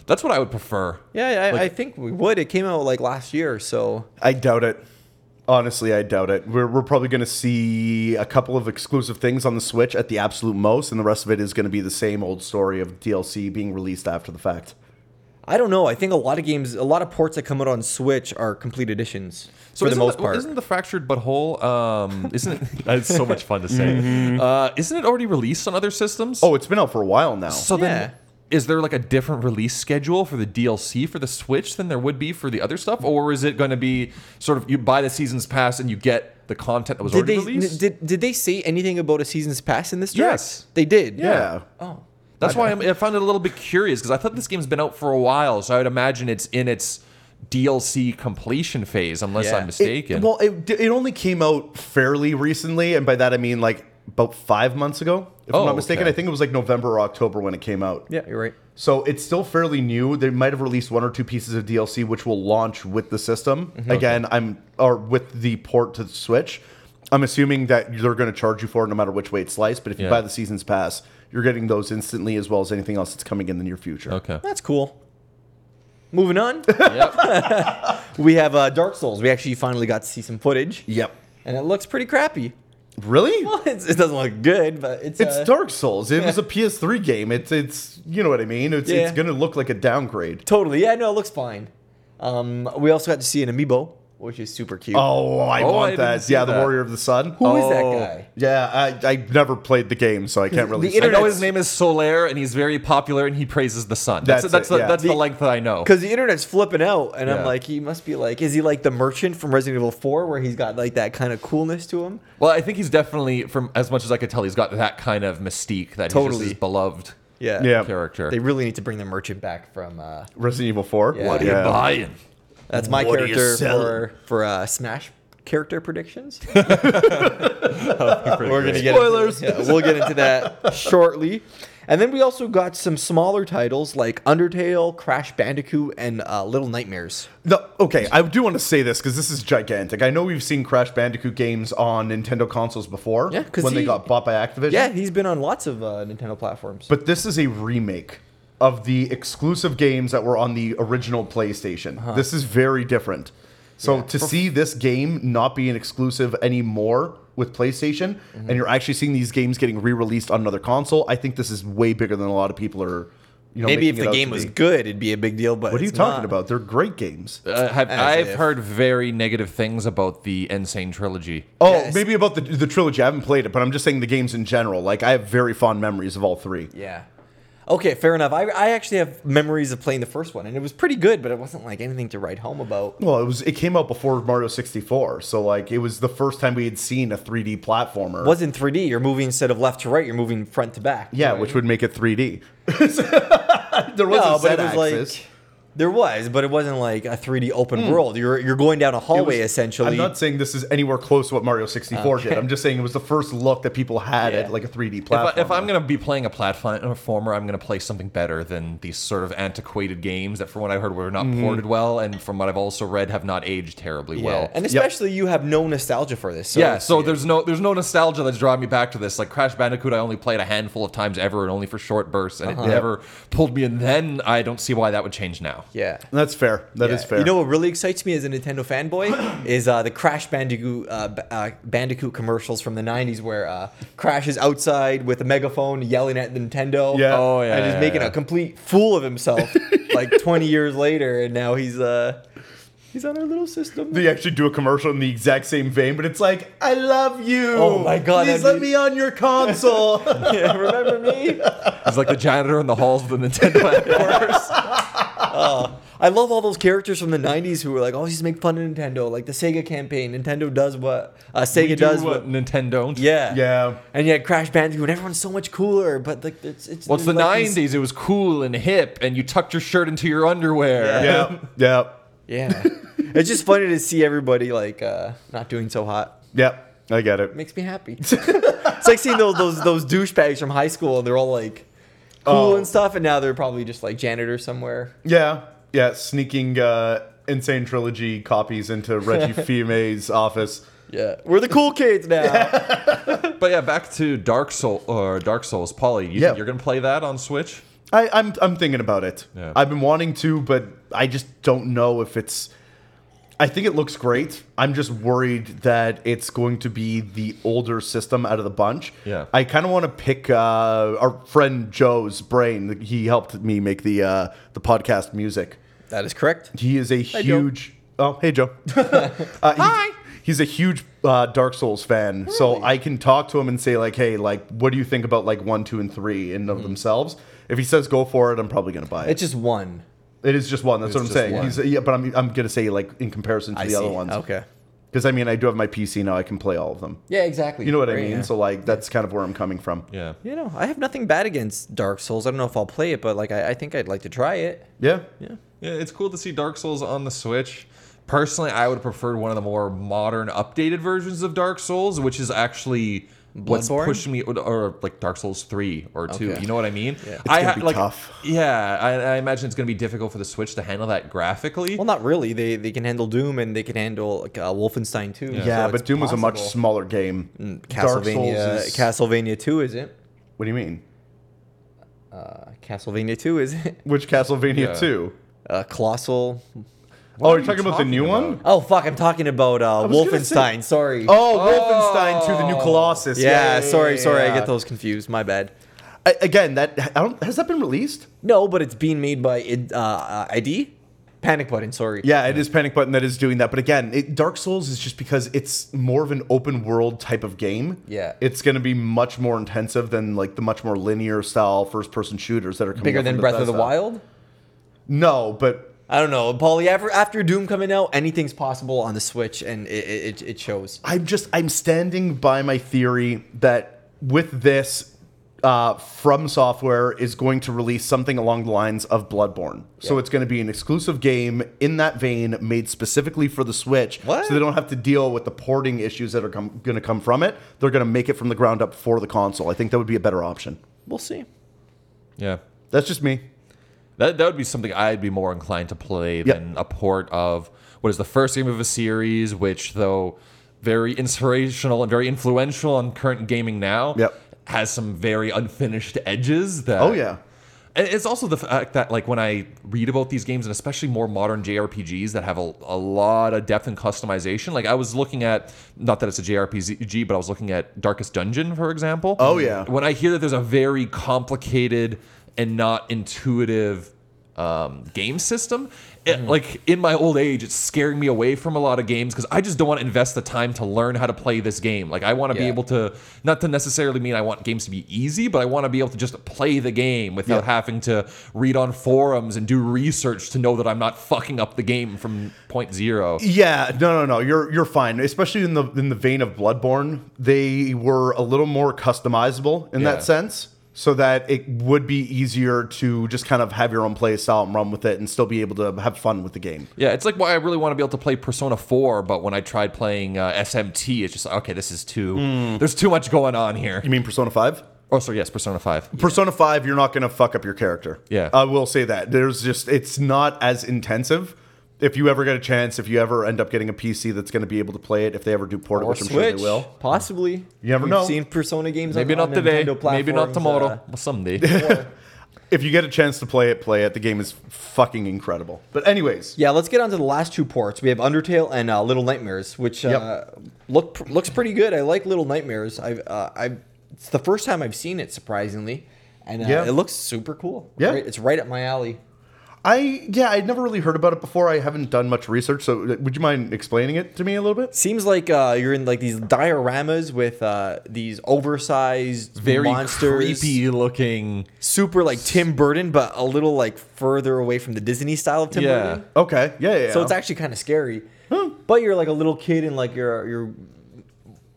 That's what I would prefer.
Yeah, I, I think we would. It came out like last year, so
I doubt it. Honestly, I doubt it. We're, we're probably going to see a couple of exclusive things on the Switch at the absolute most, and the rest of it is going to be the same old story of DLC being released after the fact.
I don't know. I think a lot of games, a lot of ports that come out on Switch are complete editions for the
isn't
most part.
isn't the fractured but whole? Um, isn't it? That's so much fun to say.
Mm-hmm.
Uh, isn't it already released on other systems?
Oh, it's been out for a while now.
so
Yeah.
then. Is there like a different release schedule for the DLC for the Switch than there would be for the other stuff, or is it going to be sort of you buy the season's pass and you get the content that was
did
already
they
released?
did, did they say anything about a season's pass in this? Direct?
Yes.
they did.
yeah.
Oh,
That's why I'm, I found it a little bit curious because I thought this game's been out for a while, so I would imagine it's in its DLC completion phase, unless
Yeah. It-
I'm mistaken.
It, well, it, it only came out fairly recently, and by that I mean like about five months ago, if
Oh,
I'm not mistaken.
okay.
I think it was like November or October when it came out.
yeah, you're right.
So it's still fairly new. They might have released one or two pieces of DLC, which will launch with the system.
Mm-hmm.
Again, I'm or with the port to the Switch. I'm assuming that they're going to charge you for it no matter which way it's sliced. But if
Yeah.
you buy the season's pass, you're getting those instantly as well as anything else that's coming in the near future.
okay.
That's cool. Moving on,
Yep.
we have uh, Dark Souls. We actually finally got to see some footage,
Yep.
and it looks pretty crappy.
Really?
Well, it's, it doesn't look good, but it's
It's
uh,
Dark Souls. It was a PS3 game. It's it's you know what I mean. It's
Yeah.
it's going to look like a downgrade.
Totally. Yeah, no, it looks fine. Um, we also got to see an amiibo, which is super cute.
Oh, I
Oh, I
want
didn't
that.
see
Yeah, the
that.
Warrior of the Sun.
Who is that
Oh.
guy?
Yeah, I, I never played the game, so I can't really.
The
say.
I know
internet's-
his name is Solaire, and he's very popular, and he praises the sun. That's
That's
that's that's,
it,
the,
yeah.
that's the
The-
length that I know.
Because the internet's flipping out, and I'm
Yeah.
like, he must be like, is he like the merchant from Resident Evil 4, where he's got like that kind of coolness to him?
Well, I think he's definitely, from as much as I could tell, he's got that kind of mystique that he's
Totally.
just his beloved
Yeah.
Yeah.
character.
They really need to bring the merchant back from. Uh,
Resident Evil 4.
Yeah. What do you
Buying.
that's my
What are you
character
selling?
for for uh, Smash character predictions.
We're
We're gonna
get
get spoilers. we'll get into that shortly. And then we also got some smaller titles like Undertale, Crash Bandicoot, and uh, Little Nightmares.
No, okay, I do want to say this because this is gigantic. I know we've seen Crash Bandicoot games on Nintendo consoles before.
Yeah, 'cause
when they
he-
got bought by Activision.
Yeah, he's been on lots of uh, Nintendo platforms.
But this is a remake of the exclusive games that were on the original PlayStation.
Uh-huh.
This is very different. So to see this game not be an exclusive anymore with PlayStation,
Mm-hmm.
and you're actually seeing these games getting re-released on another console, I think this is way bigger than a lot of people are. You know,
Maybe if
making it
the
out
game
to
was
be.
good, it'd be a big deal. But
What are you
it's
talking
not.
about? They're great games.
Uh, have, I've
if.
heard very negative things about the Insane trilogy.
Oh,
Yes.
maybe about the the trilogy. I haven't played it, but I'm just saying the games in general. Like I have very fond memories of all three.
Yeah. Okay, fair enough. I, I actually have memories of playing the first one, and it was pretty good, but it wasn't like anything to write home about.
Well, it was it came out before Mario 64, so like it was the first time we had seen a 3D platformer.
It wasn't 3D. You're moving instead of left to right, you're moving front to back.
yeah,
right?
which would make it 3D. there was
no,
a
but it
set
was
axis. Hmm.
like there was, but it wasn't like a 3D open world. You're you're going down a hallway
It was-
essentially.
I'm not saying this is anywhere close to what Mario 64 did. I'm just saying it was the first look that people had
Yeah.
at like a 3D
If, I,
platform.
if I'm going to be playing a platformer, I'm going to play something better than these sort of antiquated games that, from what I heard, were not ported well, and from what I've also read, have not aged terribly
Mm-hmm. yeah.
well.
and especially you have no nostalgia for this. So
yeah, so
it's-
there's no there's no nostalgia that's drawing me back to this. Like Crash Bandicoot, I only played a handful of times ever, and only for short bursts, and
Uh-huh.
it never pulled me. And then I don't see why that would change now.
yeah.
That's fair. That is
Yeah.
fair.
You know what really excites me as a Nintendo fanboy is uh, the Crash Bandicoot uh, b- uh, Bandicoot commercials from the '90s, where uh, Crash is outside with a megaphone yelling at Nintendo.
Yeah. Oh,
yeah,
And he's
yeah,
making
yeah.
a complete fool of himself, like 20 years later, and now he's uh, he's on our little system.
they actually do a commercial in the exact same vein, but it's like, I love you.
Oh my God,
Please
that'd
let
be-
me on your console.
Yeah, remember me?
It's like the janitor in the halls of the Nintendo headquarters.
Uh, I love all those characters from the '90s who were like, "Always make fun of Nintendo." Like the Sega campaign, Nintendo does what uh, Sega
Do
does
what
what.
Nintendo. don't.
Yeah.
yeah.
And yet Crash Bandicoot, and everyone's so much cooler, but like it's it's.
What's the
there's, like, these-
'90s? It was cool and hip, and you tucked your shirt into your underwear.
Yeah.
yeah, yeah,
Yeah. it's just funny to see everybody like uh, not doing so hot.
yeah. I get it.
Makes me happy. it's like seeing those those those douchebags from high school. They're all like cool
Oh.
and stuff, and now they're probably just like janitor somewhere.
Yeah, yeah, sneaking uh, insane trilogy copies into Reggie Fime's office.
Yeah, we're the cool kids now.
But yeah, back to Dark Soul or Dark Souls, Polly. You
Yeah.
think you're gonna play that on Switch?
I, I'm I'm thinking about it.
Yeah.
I've been wanting to, but I just don't know if it's. I think it looks great. I'm just worried that it's going to be the older system out of the bunch.
Yeah.
I kind of want to pick uh, our friend Joe's brain. He helped me make the uh, the podcast music.
That is correct.
He is a
Joe.
huge. Oh, hey Joe. uh, Hi. He's a huge uh, Dark Souls fan, so I can talk to him and say like, "Hey, like, what do you think about like one, two, and three in of themselves?" If he says go for it, I'm probably gonna buy it.
It's just one.
it is just one. That's what I'm
just
saying.
one.
He's, yeah, but I'm I'm gonna say like in comparison to
I
the
see.
other ones.
Okay.
Because I mean, I do have my PC now. I can play all of them.
Yeah, exactly.
You know what I
Right,
mean?
yeah.
So like, that's kind of where I'm coming from.
Yeah.
you know, I have nothing bad against Dark Souls. I don't know if I'll play it, but like I, I think I'd like to try it.
Yeah.
Yeah.
Yeah, it's cool to see Dark Souls on the Switch. Personally, I would prefer one of the more modern, updated versions of Dark Souls, which is actually what's
Bloodborne?
pushing me, or, or, like Dark Souls three or two.
Okay.
You know what I mean? Yeah.
It's
I
gonna be tough.
Yeah, I, I imagine it's going to be difficult for the Switch to handle that graphically.
Well, not really. They they can handle Doom and they can handle like, uh, Wolfenstein too.
Yeah, but Doom
was
is a much smaller game.
Mm, Castlevania. Castlevania two is it?
what do you mean?
Uh, Castlevania two is it?
Which Castlevania
Yeah.
two?
Uh, Colossal.
Oh,
are
you're talking
you
about the
talking
new one?
about?
Oh fuck! I'm talking about uh,
was gonna
Wolfenstein. Sorry.
Oh, Wolfenstein 2, the new
Oh.
Colossus.
yeah. sorry, sorry. I
yeah.
get those confused. My bad.
I- again, that I don't, has that been released?
No, but it's being made by id- uh, uh, ID. Panic button. Sorry.
Yeah, it is Panic Button that is doing that. But again, it, Dark Souls is just because it's more of an open world type of game.
Yeah.
it's going to be much more intensive than like the much more linear style first person shooters that are coming
Bigger
out
than
from uh,
Breath of the
Bethesda.
Wild.
No, but
I don't know, Paulie. After, after Doom coming out, anything's possible on the Switch, and it, it, it shows.
I'm just I'm standing by my theory that with this, uh, From Software is going to release something along the lines of Bloodborne. So
Yeah.
it's going to be an exclusive game in that vein, made specifically for the Switch,
What?
so they don't have to deal with the porting issues that are com- going to come from it. They're going to make it from the ground up for the console. I think that would be a better option.
We'll see.
Yeah.
That's just me.
That, that would be something I'd be more inclined to play than a port of what is the first game of a series, which though very inspirational and very influential on current gaming now,
Yep.
has some very unfinished edges. That
Oh yeah.
and it's also the fact that like when I read about these games and especially more modern JRPGs that have a, a lot of depth and customization. Like I was looking at not that it's a JRPG, but I was looking at Darkest Dungeon for example.
Oh, yeah.
When I hear that there's a very complicated and not intuitive um, game system, it, like in my old age, it's scaring me away from a lot of games because I just don't want to invest the time to learn how to play this game. Like I want to be
Yeah.
able to not to necessarily mean I want games to be easy, but I want to be able to just play the game without having to read on forums and do research to know that I'm not fucking up the game from point zero.
Yeah, no, no, no. You're you're fine. Especially in the in the vein of Bloodborne, they were a little more customizable in
Yeah.
that sense, so that it would be easier to just kind of have your own play style and run with it, and still be able to have fun with the game.
Yeah, it's like why I really want to be able to play Persona 4, but when I tried playing uh, SMT, it's just like, okay, this is too.
Hmm.
There's too much going on here.
You mean Persona Five?
Oh, sorry, yes, Persona 5.
Persona Five, you're not going to fuck up your character.
Yeah.
I will say that. There's just it's not as intensive. If you ever get a chance, if you ever end up getting a PC that's going to be able to play it, if they ever do port it,
Or
which I'm
Switch,
sure they will.
possibly.
You never
We've
know.
Seen Persona games.
Maybe
on,
not
on
today.
Nintendo
Maybe not
platforms,
tomorrow.
uh,
Well, someday.
If you get a chance to play it, play it. The game is fucking incredible. But anyways,
yeah, let's get on to the last two ports. We have Undertale and uh, Little Nightmares, which uh, look pr- looks pretty good. I like Little Nightmares. I've uh, I've it's the first time I've seen it surprisingly, and uh,
Yeah.
it looks super cool.
Yeah.
Right- it's right up my alley.
I yeah, I'd never really heard about it before. I haven't done much research, so uh, would you mind explaining it to me a little bit?
Seems like uh, you're in like these dioramas with uh, these oversized
Very
monsters.
creepy looking.
super like Tim Burton, but a little like further away from the Disney style of Tim
Yeah.
Burton.
Okay, yeah, yeah.
So
yeah.
it's actually kind of scary. But you're like a little kid and like you're you're.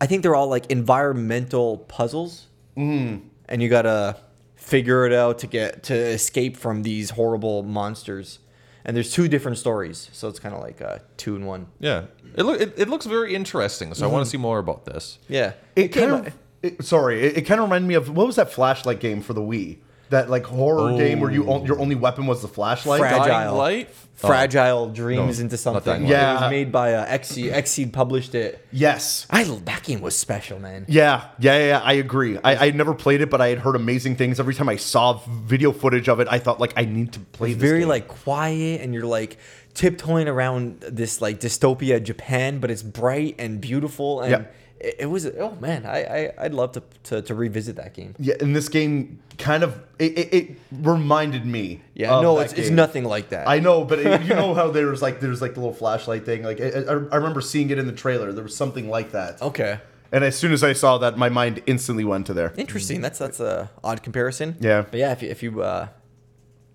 I think they're all like environmental puzzles,
Mm-hmm.
and you gotta figure it out to get to escape from these horrible monsters. and there's two different stories, so it's kind of like uh, two in one.
Yeah, it look it, it looks very interesting. So I
Hmm.
want to see more about this.
Yeah,
It, kind
came
of. It, sorry, it, it kind of reminded me of what was that flashlight game for the Wii? That like horror game where you on, your only weapon was the flashlight.
Fragile.
Dying Light.
Fragile Dreams into
No, not that
something.
one.
it
Yeah.
was made by uh, Xseed. Xseed published it.
Yes.
I that game was special, man.
Yeah, yeah, yeah, yeah. I agree. I, I never played it, but I had heard amazing things. Every time I saw video footage of it, I thought like I need to play this.
very
game.
like quiet and you're like tiptoeing around this like dystopia Japan, but it's bright and beautiful and
Yep.
it, it was oh man, I, I I'd love to, to to revisit that game.
yeah, and this game kind of it, it, it reminded me.
Yeah,
of
no,
that
it's, it's
game.
nothing like that.
I know, but it, you know how there's like there's like the little flashlight thing. Like I, I, I remember seeing it in the trailer. There was something like that.
okay,
And as soon as I saw that, my mind instantly went to there.
interesting. That's that's a odd comparison.
Yeah.
but yeah, if you if you uh,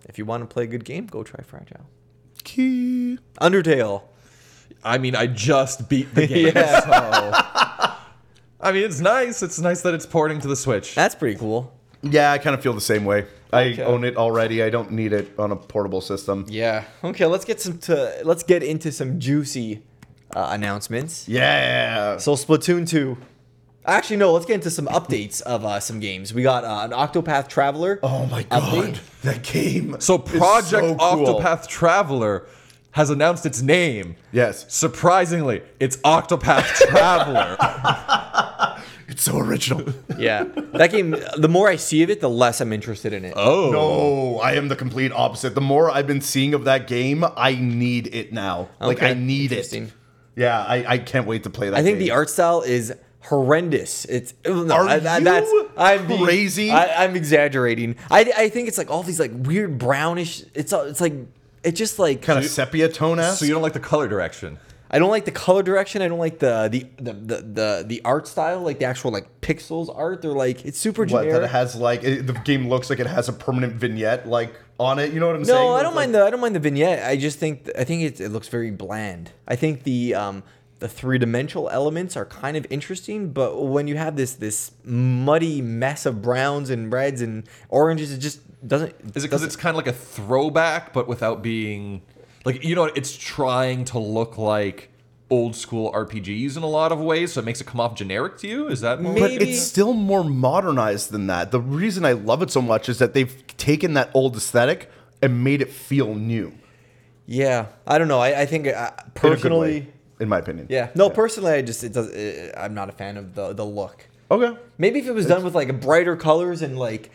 if you want to play a good game, go try Fragile.
Key.
Undertale.
I mean, I just beat the game.
Yeah.
so. I mean, it's nice. It's nice that it's porting to the Switch.
That's pretty cool.
Yeah, I kind of feel the same way.
Okay.
I own it already. I don't need it on a portable system.
Yeah. Okay, let's get some to let's get into some juicy uh, announcements.
Yeah.
So Splatoon 2. Actually, no, let's get into some updates of uh, some games. We got uh, an Octopath Traveler.
Oh my
update.
god, that game.
So
is
Project
so cool.
Octopath Traveler has announced its name.
Yes,
Surprisingly, it's Octopath Traveler.
it's so original.
Yeah. That game, the more I see of it, the less I'm interested in it.
oh.
no, I am the complete opposite. The more I've been seeing of that game, I need it now. Like
Okay.
I need
Um, Interesting.
it. Yeah, I, I can't wait to play that.
I think
game.
the art style is horrendous. It's oh, no,
Are
I, I- that's
you
I'm being-
crazy?
I, I'm exaggerating. I, I think it's like all these like weird brownish. It's all- it's like it's just like
kind of sepia tone esque.
So you don't like the color direction?
I don't like the color direction. I don't like the the the the the, the art style, like the actual like pixels art. They're like it's super
what
generic.
that it has like it, the game looks like it has a permanent vignette like on it. You know what I'm
No,
saying?
I
It's
don't
like-
mind the I don't mind the vignette. I just think I think it, it looks very bland. I think the um the three dimensional elements are kind of interesting, but when you have this this muddy mess of browns and reds and oranges, it just doesn't.
Is it because it's kind of like a throwback, but without being like you know what? it's trying to look like old school RPGs in a lot of ways, so it makes it come off generic to you? Is that more?
Maybe.
But it's still more modernized than that. The reason I love it so much is that they've taken that old aesthetic and made it feel new.
yeah? I don't know. I, I think uh,
in a good way,
personally,
in my opinion.
yeah. No, personally, I just it does. It, I'm not a fan of the the look.
Okay.
Maybe if it was done with like brighter colors and like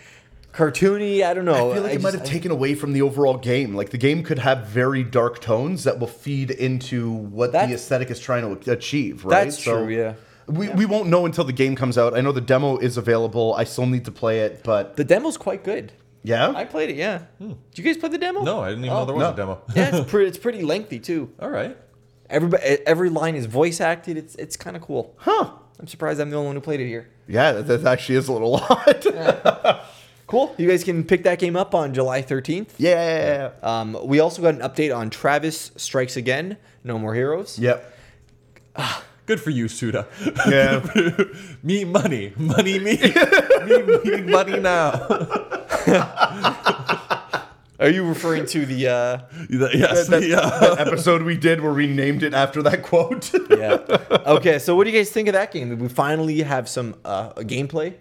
cartoony, I don't know.
Oh, I feel like it might
just-
have taken away from the overall game. Like the game could have very dark tones that will feed into what
That's-
the aesthetic is trying to achieve. Right.
That's true, yeah.
We, we won't know until the game comes out. I know the demo is available. I still need to play it, but
the demo's quite good.
yeah,
I played it. Yeah. Did you guys play the demo?
no, I didn't even know
Oh,
there was
Hmm. no.
a demo.
yeah, it's pretty. It's pretty lengthy too.
All right.
Everybody, every line is voice acted. It's it's kind of cool.
huh?
I'm surprised I'm the only one who played it here.
Yeah, that, that actually is a little odd.
Cool. You guys can pick that game up on July 13th.
yeah.
Um, we also got an update on Travis Strikes Again. No more heroes.
Yep.
Good for you, Suda.
Yeah.
me money, money me, me me money now.
Are you referring to the? Uh,
yes,
that,
the, uh,
that episode we did where we named it after that quote.
yeah. Okay. So what do you guys think of that game? We finally have some uh, gameplay.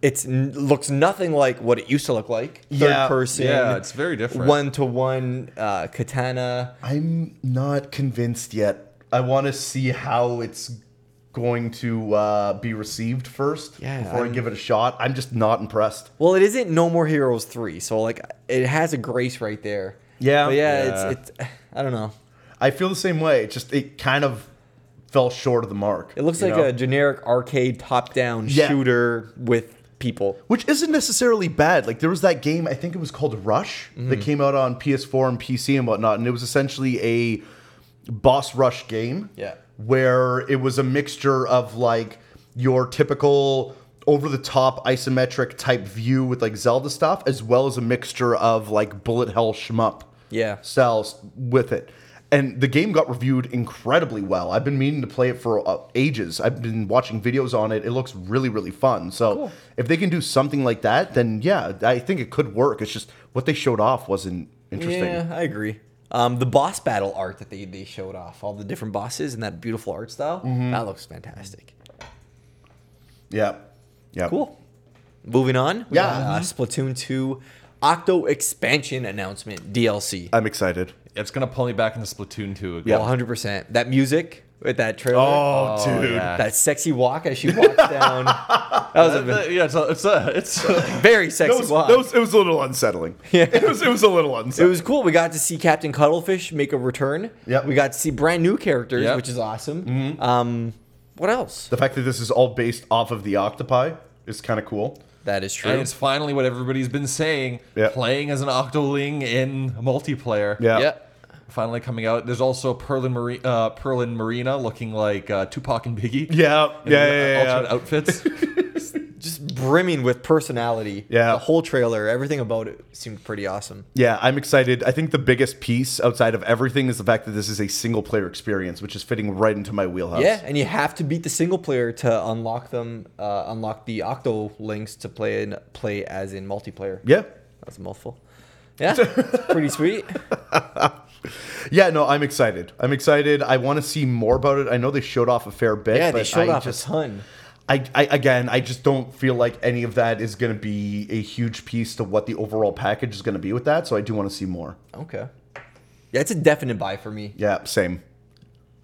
It looks nothing like what it used to look like. Third
Yeah.
person.
Yeah, it's very different.
One to one uh, katana.
I'm not convinced yet. I want to see how it's going to uh, be received first
Yeah,
before i
I'm-
give it a shot. I'm just not impressed.
Well, it isn't No More Heroes three, so like it has a grace right there.
Yeah.
but yeah,
Yeah.
it's it's. I don't know.
I feel the same way. It just it kind of fell short of the mark.
It looks
you
like
know?
a generic arcade top-down
Yeah.
shooter with people.
which isn't necessarily bad. Like there was that game, I think it was called Rush, that came out on PS4 and PC and whatnot, and it was essentially a boss rush game.
Yeah.
where it was a mixture of like your typical over the top isometric type view with like Zelda stuff, as well as a mixture of like bullet hell shmup
Yeah.
cells with it. And the game got reviewed incredibly well. I've been meaning to play it for uh, ages. I've been watching videos on it. It looks really, really fun. So if they can do something like that, then yeah, I think it could work. It's just what they showed off wasn't interesting.
Yeah, I agree. Um, the boss battle art that they, they showed off, all the different bosses and that beautiful art style,
Mm-hmm.
that looks fantastic.
Yeah. Yeah.
Cool. Moving on. we
Yeah. Mm-hmm.
got, uh, Splatoon 2 Octo Expansion Announcement DLC.
I'm excited.
It's gonna pull me back into Splatoon 2 again.
Yeah. 100%. That music with that trailer.
Oh,
Oh,
dude.
yeah.
That sexy walk as she walks down. That was
Uh,
a
yeah, it's a, it's a, it's a-
very sexy
That was,
walk.
that was- it was a little unsettling.
Yeah.
It was it was a little
it
unsettling.
was cool. We got to see Captain Cuttlefish make a return.
Yep. Mm-hmm.
We got to see brand new characters,
Yep.
which is awesome. Um, what else?
the fact that this is all based off of the octopi is kind of cool.
That is true.
and it's finally what everybody's been saying.
Yeah.
Playing as an Octoling in multiplayer.
Yeah.
yeah.
Finally coming out. There's also Pearl and, Mari- uh, Pearl and Marina looking like uh, Tupac and Biggie.
Yeah.
In
Yeah.
their,
yeah,
uh,
yeah,
alternate outfits.
Just brimming with personality.
Yeah.
The whole trailer, everything about it seemed pretty awesome.
Yeah, I'm excited. I think the biggest piece outside of everything is the fact that this is a single player experience, which is fitting right into my wheelhouse.
Yeah, and you have to beat the single player to unlock them, uh, unlock the octo links to play in, play as in multiplayer.
Yeah.
That's a mouthful. Yeah, it's pretty sweet.
Yeah, no, I'm excited. I'm excited. I want to see more about it. I know they showed off a fair bit.
Yeah, they
but
showed
I
off
just,
a ton.
I, I again, I just don't feel like any of that is going to be a huge piece to what the overall package is going to be with that. So I do want to see more.
Okay. Yeah, it's a definite buy for me.
Yeah, same.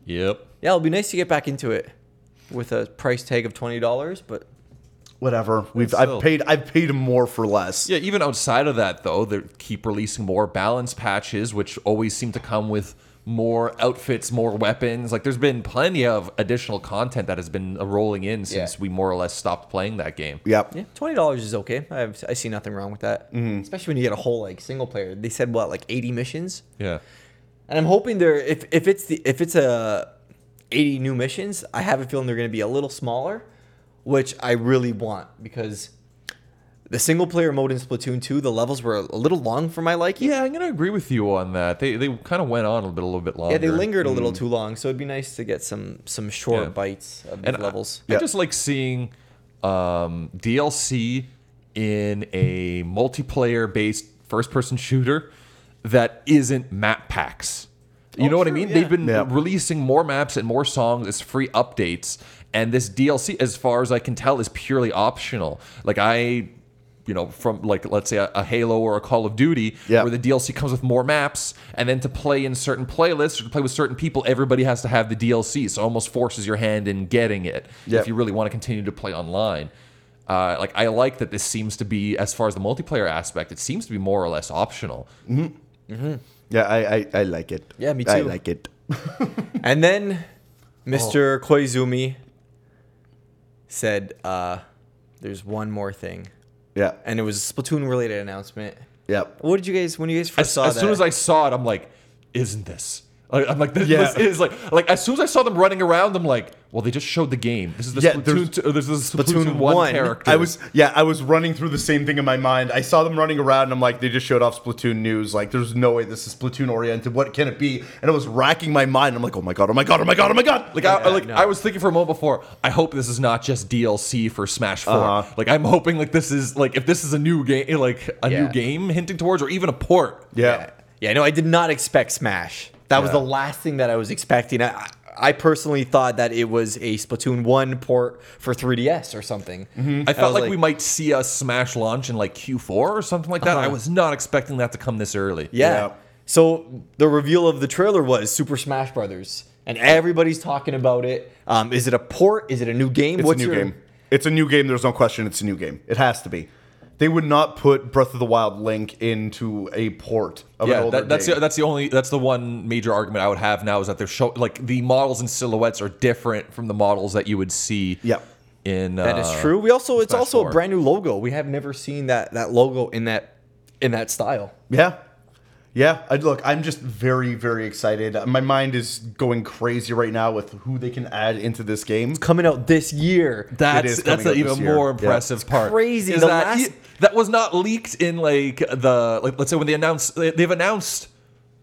yep.
Yeah, it'll be nice to get back into it with a price tag of twenty dollars, but
Whatever. We've
still.
I've paid I've paid more for less.
Yeah, even outside of that, though, they keep releasing more balance patches, which always seem to come with more outfits, more weapons. Like, there's been plenty of additional content that has been uh, rolling in since
Yeah.
we more or less stopped playing that game.
Yep.
yeah, twenty dollars is okay. I have, I see nothing wrong with that,
Mm-hmm.
especially when you get a whole like single player. They said what like eighty missions.
Yeah.
And I'm hoping they're if, if it's the if it's a 80 new missions, I have a feeling they're going to be a little smaller, which I really want because the single player mode in Splatoon 2, the levels were a little long for my liking.
Yeah, I'm gonna agree with you on that. They they kind of went on a little bit a little bit longer. Mm.
Yeah, they lingered a little too long, so it'd be nice to get some some short
Yeah.
bites of
And
these levels.
I,
Yeah.
I just like seeing um, DLC in a multiplayer based first person shooter that isn't map packs. You
Oh,
know what I
true,
mean?
yeah.
They've been
Yeah.
releasing more maps and more songs as free updates, and this DLC, as far as I can tell, is purely optional. Like I. You know, from like let's say a, a Halo or a Call of Duty,
Yeah.
where the DLC comes with more maps, and then to play in certain playlists or to play with certain people, everybody has to have the DLC. So it almost forces your hand in getting it
Yep.
if you really want to continue to play online. Uh, like I like that this seems to be, as far as the multiplayer aspect, it seems to be more or less optional.
Yeah, I, I I like it.
Yeah, me
I
too.
like it.
And then
Oh.
Mr. Koizumi said uh there's one more thing.
Yeah.
And it was a Splatoon related announcement.
Yep.
What did you guys when you guys first
As,
saw
as
that?
soon as I saw it, I'm like, isn't this? Like, I'm like, this,
Yeah.
this is like, like as soon as I saw them running around, I'm like, well, they just showed the game. This is the
Yeah,
Splatoon,
there's-
two, this is the Splatoon,
Splatoon
1,
one.
character.
I was yeah, I was running through the same thing in my mind. I saw them running around and I'm like, they just showed off Splatoon news. Like, there's no way this is Splatoon oriented. What can it be? And it was racking my mind. I'm like, oh my god, oh my god, oh my god, oh my god.
Like, I, I-
Yeah,
like
no.
I was thinking for a moment before. I hope this is not just DLC for Smash 4
Uh-huh.
Like I'm hoping like this is like if this is a new game, like a
Yeah.
new game hinting towards, or even a port.
yeah.
Yeah, no, I did not expect Smash. That was
Yeah.
the last thing that I was expecting. I, I personally thought that it was a Splatoon 1 port for 3DS or something.
Mm-hmm. I felt like, we might see a Smash launch in like Q4 or something like that. I
Uh-huh.
was not expecting that to come this early.
Yeah.
Yeah.
So the reveal of the trailer was Super Smash Brothers, and everybody's talking about it. Um, is it a port? Is it a new game?
It's a new game. It's a new game. There's no question. It's a new game. It has to be. They would not put Breath of the Wild Link into a port of an
Yeah,
older
that, that's
game.
the, that's the only that's the one major argument I would have now is that they're show like the models and silhouettes are different from the models that you would see.
Yep.
in
That
uh,
is true. We also it's
Smash
also a
4.
brand new logo. We have never seen that that logo in that in that style.
Yeah. Yeah. I, look, I'm just very, very excited. My mind is going crazy right now with who they can add into this game.
Coming out this year.
That's
is
that's
coming
the
out
even
this year.
more
Yeah.
impressive part.
crazy.
Is
The
that
last-
e- that was not leaked in like the like let's say when they announced they- they've announced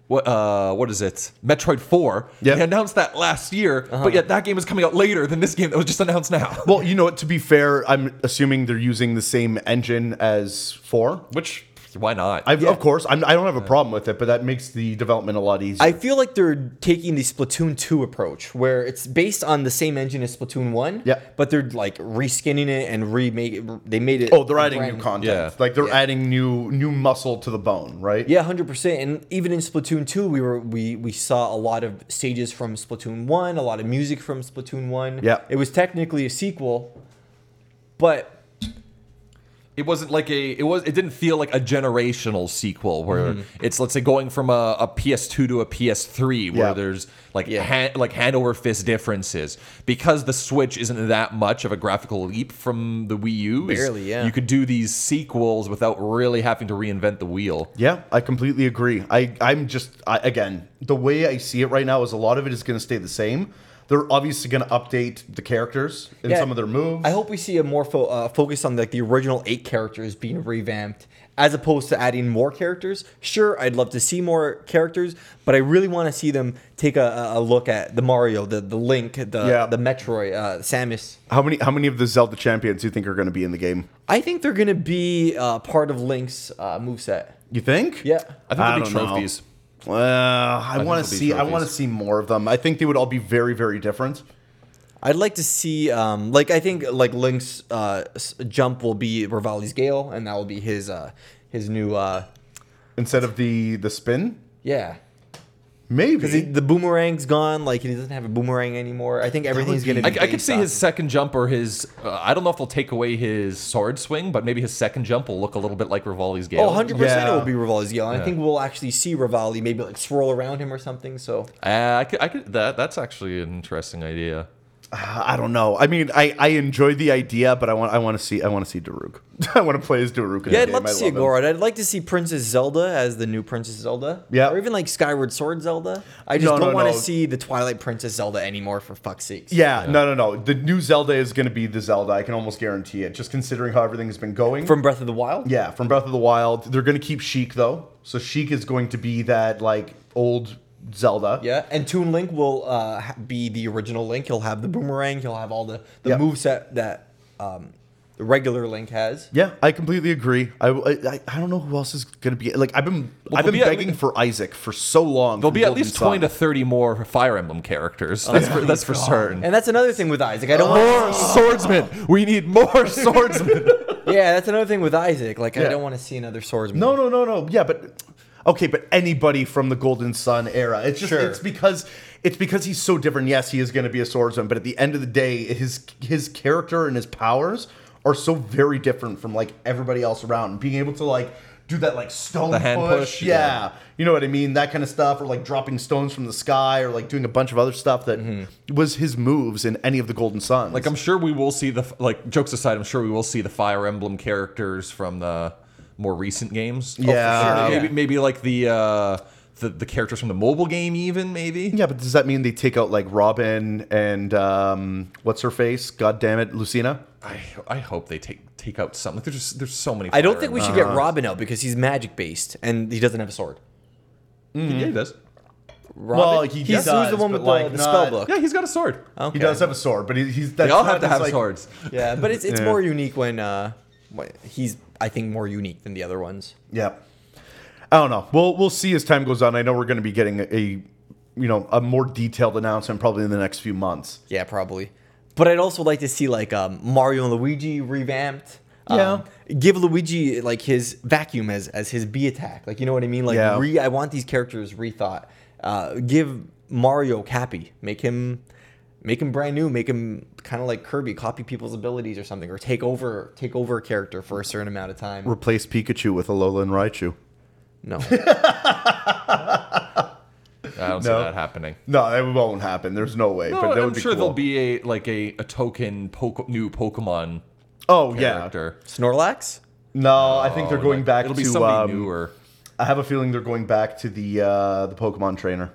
what uh what is it Metroid Four.
Yeah.
They announced that last year,
Uh-huh.
but yet that game is coming out later than this game that was just announced now.
Well, you know what? To be fair, I'm assuming they're using the same engine as 4.
Which Why not?
I've, Of course, I'm, I don't have a problem with it, but that makes the development a lot easier.
I feel like they're taking the Splatoon 2 approach where it's based on the same engine as Splatoon 1,
Yeah.
but they're like reskinning it and remake it. They made it
oh, they're adding
brand-
new content.
Yeah.
Like they're adding new new muscle to the bone, right?
Yeah, hundred percent. And even in Splatoon two, we were we we saw a lot of stages from Splatoon one, a lot of music from Splatoon one.
Yeah.
it was technically a sequel, but
it wasn't like a it was it didn't feel like a generational sequel where it's let's say going from a, a PS2 to a PS3 where
Yeah.
there's like
Yeah.
hand, like hand over fist differences because the Switch isn't that much of a graphical leap from the Wii U. is
Barely, yeah.
You could do these sequels without really having to reinvent the wheel.
Yeah, I completely agree. I I'm just I, again the way I see it right now is a lot of it is going to stay the same. They're obviously going to update the characters and
Yeah.
some of their moves.
I hope we see a more fo- uh, focus on like the original eight characters being revamped as opposed to adding more characters. Sure, I'd love to see more characters, but I really want to see them take a- a, a look at the Mario, the the Link, the
Yeah.
the Metroid, uh, Samus.
How many how many of the Zelda champions do you think are going to be in the game?
I think they're gonna be uh, part of Link's uh, moveset.
You think?
Yeah.
I think there'll
don't
be
know.
trophies.
Uh, I want
there'll
to
be
see. I want to
trophies.
see more of them. I think they would all be very, very different.
I'd like to see, um, like I think, like Link's uh, s- jump will be Rivali's Gale, and that will be his uh, his new uh,
Instead of the the spin,
yeah.
maybe.
Because the boomerang's gone, like he doesn't have a boomerang anymore. I think everything's
would
gonna.
be-
Be
I, I could
based
see
on-
his second jump or his. Uh, I don't know if they'll take away his sword swing, but maybe his second jump will look a little bit like Rivali's game.
Oh, 100 percent, it
Yeah.
will be Rivali's Gale. and I think we'll actually see Rivali maybe like swirl around him or something. So
Uh, I could, I could, that, that's actually an interesting idea.
I don't know. I mean, I, I enjoy the idea, but I want I want to see I want to see Daruk. I want to play as Daruk. In
yeah,
the
I'd
game.
love to
I
see a
him.
Gorod. I'd like to see Princess Zelda as the new Princess Zelda.
Yeah.
or even like Skyward Sword Zelda. I just
No,
don't
no,
want to
no.
see the Twilight Princess Zelda anymore. For fuck's sake.
Yeah, no, no, no. The new Zelda is going to be the Zelda. I can almost guarantee it, just considering how everything has been going.
From Breath of the Wild.
yeah, from Breath of the Wild, they're going to keep Sheik though. So Sheik is going to be that like old Zelda.
Yeah, and Toon Link will uh, ha- be the original Link. He'll have the boomerang. He'll have all the the
Yeah.
moveset that um, the regular Link has.
Yeah, I completely agree. I, I, I don't know who else is going to be like I've been
there'll
I've been
be at
begging
lea-
for Isaac for so long.
There'll be at least 20 to 30 more Fire Emblem characters. That's, for, that's for certain.
And that's another thing with Isaac. I don't
Oh.
want.
swordsmen! We need more swordsmen!
Yeah, that's another thing with Isaac. Like I
Yeah.
don't want to see another swordsman.
No, no, no, no. Yeah, but okay, but anybody from the Golden Sun era. It's just
Sure.
it's because it's because he's so different. Yes, he is going to be a swordsman, but at the end of the day, his his character and his powers are so very different from like everybody else around. Being able to like do that like stone
The hand
push,
push,
yeah. you know what I mean, that kind of stuff, or like dropping stones from the sky, or like doing a bunch of other stuff that was his moves in any of the Golden Suns.
Mm-hmm. like, I'm sure we will see the, like, jokes aside, I'm sure we will see the Fire Emblem characters from the more recent games.
Oh, for Yeah. sure,
Maybe, maybe like the, uh, the, the characters from the mobile game, even, maybe?
yeah, but does that mean they take out like Robin and um, what's her face? God damn it, Lucina.
I, I hope they take take out some. Like, there's, just, there's so many.
I don't
Fire
think we
Emblem-
should get Robin out because he's magic based and he doesn't have a sword.
Yeah, he does.
Robin,
Well, he
he's,
does,
he's the one with
but
the,
like
the
not-
spell book.
Yeah, he's got a sword.
Okay.
He does have a sword, but he, he's that's
They all
not
have to
his,
have
like-
swords.
Yeah, but it's it's
Yeah.
more unique when uh, when- he's I think more unique than the other ones.
Yeah, I don't know. We'll we'll see as time goes on. I know we're going to be getting a, a you know a more detailed announcement probably in the next few months.
Yeah, probably. But I'd also like to see like um, Mario and Luigi revamped. Um, give Luigi like his vacuum as as his B attack. Like you know what I mean? Like
Yeah.
re I want these characters rethought. Uh, give Mario Cappy. Make him make him brand new, make him kind of like Kirby, copy people's abilities or something or take over take over a character for a certain amount of time.
Replace Pikachu with Alolan Raichu.
no.
I don't see
No.
that happening.
No, that won't happen. There's no way.
No,
but that
I'm
would be
sure
cool.
there'll be a like a, a token poke, new Pokemon
Oh
character.
Snorlax?
yeah. No, I think they're
Oh,
going
like,
back
It'll
to.
be somebody
um,
newer.
I have a feeling they're going back to the uh, the Pokemon trainer.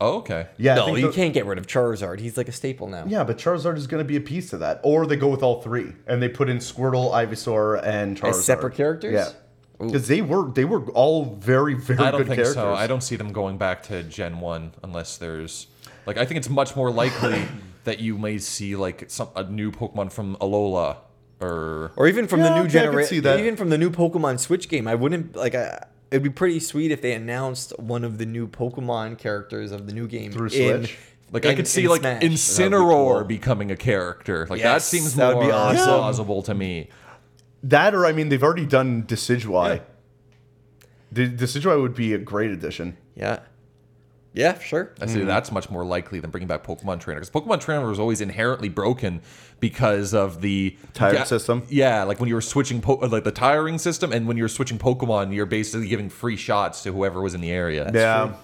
Oh, okay.
Yeah, I
no,
think
you
the-
can't get rid of Charizard. He's like a staple now.
Yeah, but Charizard is going to be a piece of that, or they go with all three and they put in Squirtle, Ivysaur, and Charizard
As separate characters?
Yeah, because they were they were all very very
I don't
good
think
characters.
so. I don't see them going back to Gen One unless there's like I think it's much more likely that you may see like some a new Pokemon from Alola or
Or even from
Yeah,
the new
okay, I could see
generation,
that.
even from the new Pokemon Switch game, I wouldn't like. I, it'd be pretty sweet if they announced one of the new Pokemon characters of the new game
Through
in-
Switch?
like I
in-
could see
in
like
Smash.
Incineroar
cool.
becoming a character. Like that
Yes,
seems
that would
more
be awesome.
plausible to me.
That or I mean, they've already done Decidueye.
Yeah.
The Decidueye would be a great addition.
Yeah, yeah, sure.
I
Mm.
say that's much more likely than bringing back Pokemon Trainer because Pokemon Trainer was always inherently broken because of the
Tired
Yeah,
system?
Yeah, like when you were switching po- uh, like the tiring system, and when you were switching Pokemon, you're basically giving free shots to whoever was in the area.
yeah,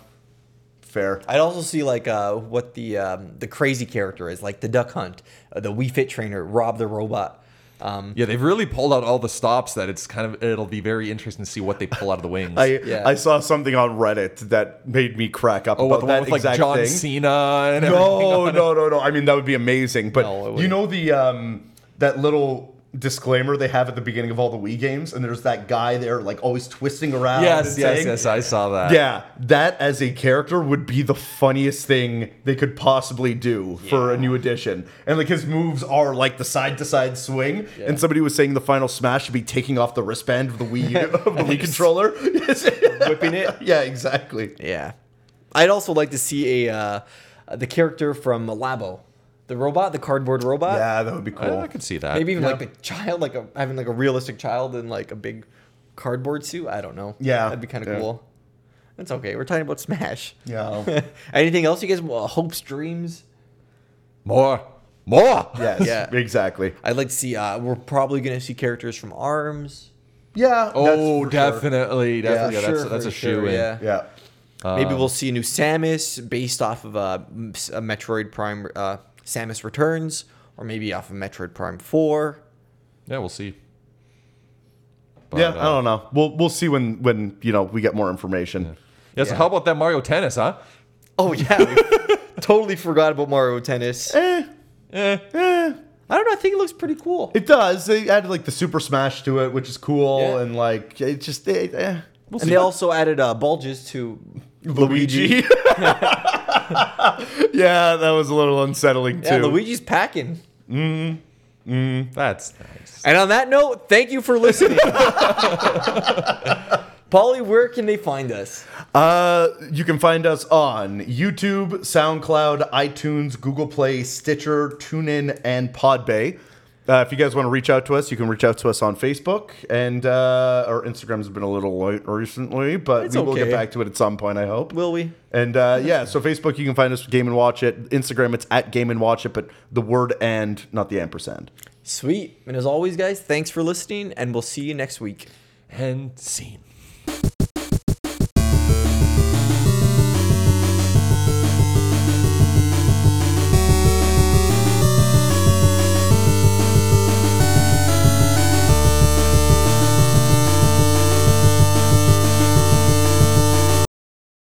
fair.
I'd also see like uh, what the um, the crazy character is, like the Duck Hunt, uh, the Wii Fit trainer, Rob the robot. Um,
Yeah, they've really pulled out all the stops that it's kind of it'll be very interesting to see what they pull out of the wings.
I
Yeah.
I saw something on Reddit that made me crack up
oh,
about
what the
that
one with like
exact
John
thing.
Cena and everything
no,
on it?
no, no, no. I mean, that would be amazing. But
No, it
you
wouldn't.
know the um, that little disclaimer they have at the beginning of all the Wii games, and there's that guy there like always twisting around.
Yes,
and
yes,
saying-
yes. I saw that.
Yeah, that as a character would be the funniest thing they could possibly do for a new edition. And like his moves are like the side to side swing. And somebody was saying the final smash should be taking off the wristband of the Wii of the Wii controller, whipping
it?
Yeah, exactly.
yeah, I'd also like to see a uh, uh, the character from Labo, the robot, the cardboard robot.
Yeah, that would be
I, I
cool.
could see that.
Maybe even
Uh, Yeah.
like a child, like a, having like a realistic child in like a big cardboard suit. I don't know.
Yeah,
that'd be kind of
yeah.
cool. That's okay. We're talking about Smash.
Yeah.
Anything else you guys? Well, hopes, dreams.
more, more.
yes.
Yeah.
Exactly.
I'd like to see. Uh, we're probably gonna see characters from Arms.
Yeah. that's
Oh,
for sure.
definitely, definitely.
For
Yeah, that's
sure,
that's
for
a
sure,
shoe in.
Yeah.
Yeah.
Maybe
Um,
we'll see a new Samus based off of uh, m- s- a Metroid Prime uh, Samus Returns, or maybe off of Metroid Prime Four.
Yeah, we'll see. But,
Yeah.
uh,
I don't know. We'll we'll see when when you know we get more information.
Yeah, so
Yeah.
how about that Mario Tennis, huh?
Oh yeah, we totally forgot about Mario Tennis.
Eh,
Eh.
eh.
I don't know. I think it looks pretty cool.
It does. They added like the Super Smash to it, which is cool,
Yeah.
and like it just eh, eh. We'll
and they also added uh, bulges to Luigi.
yeah, that was a little unsettling too.
Yeah, Luigi's packing.
That's nice.
And on that note, thank you for listening. Polly, where can they find us?
Uh, you can find us on YouTube, SoundCloud, iTunes, Google Play, Stitcher, TuneIn, and Podbay. Uh, if you guys want to reach out to us, you can reach out to us on Facebook, and uh, our Instagram's been a little light recently, but
It's
we will get
okay.
back to it at some point. I hope.
Will we?
And uh, yeah, so Facebook, you can find us with Game and Watch It. Instagram, it's at Game and Watch It, but the word and, not the ampersand.
Sweet. And as always, guys, thanks for listening, and we'll see you next week.
And scene.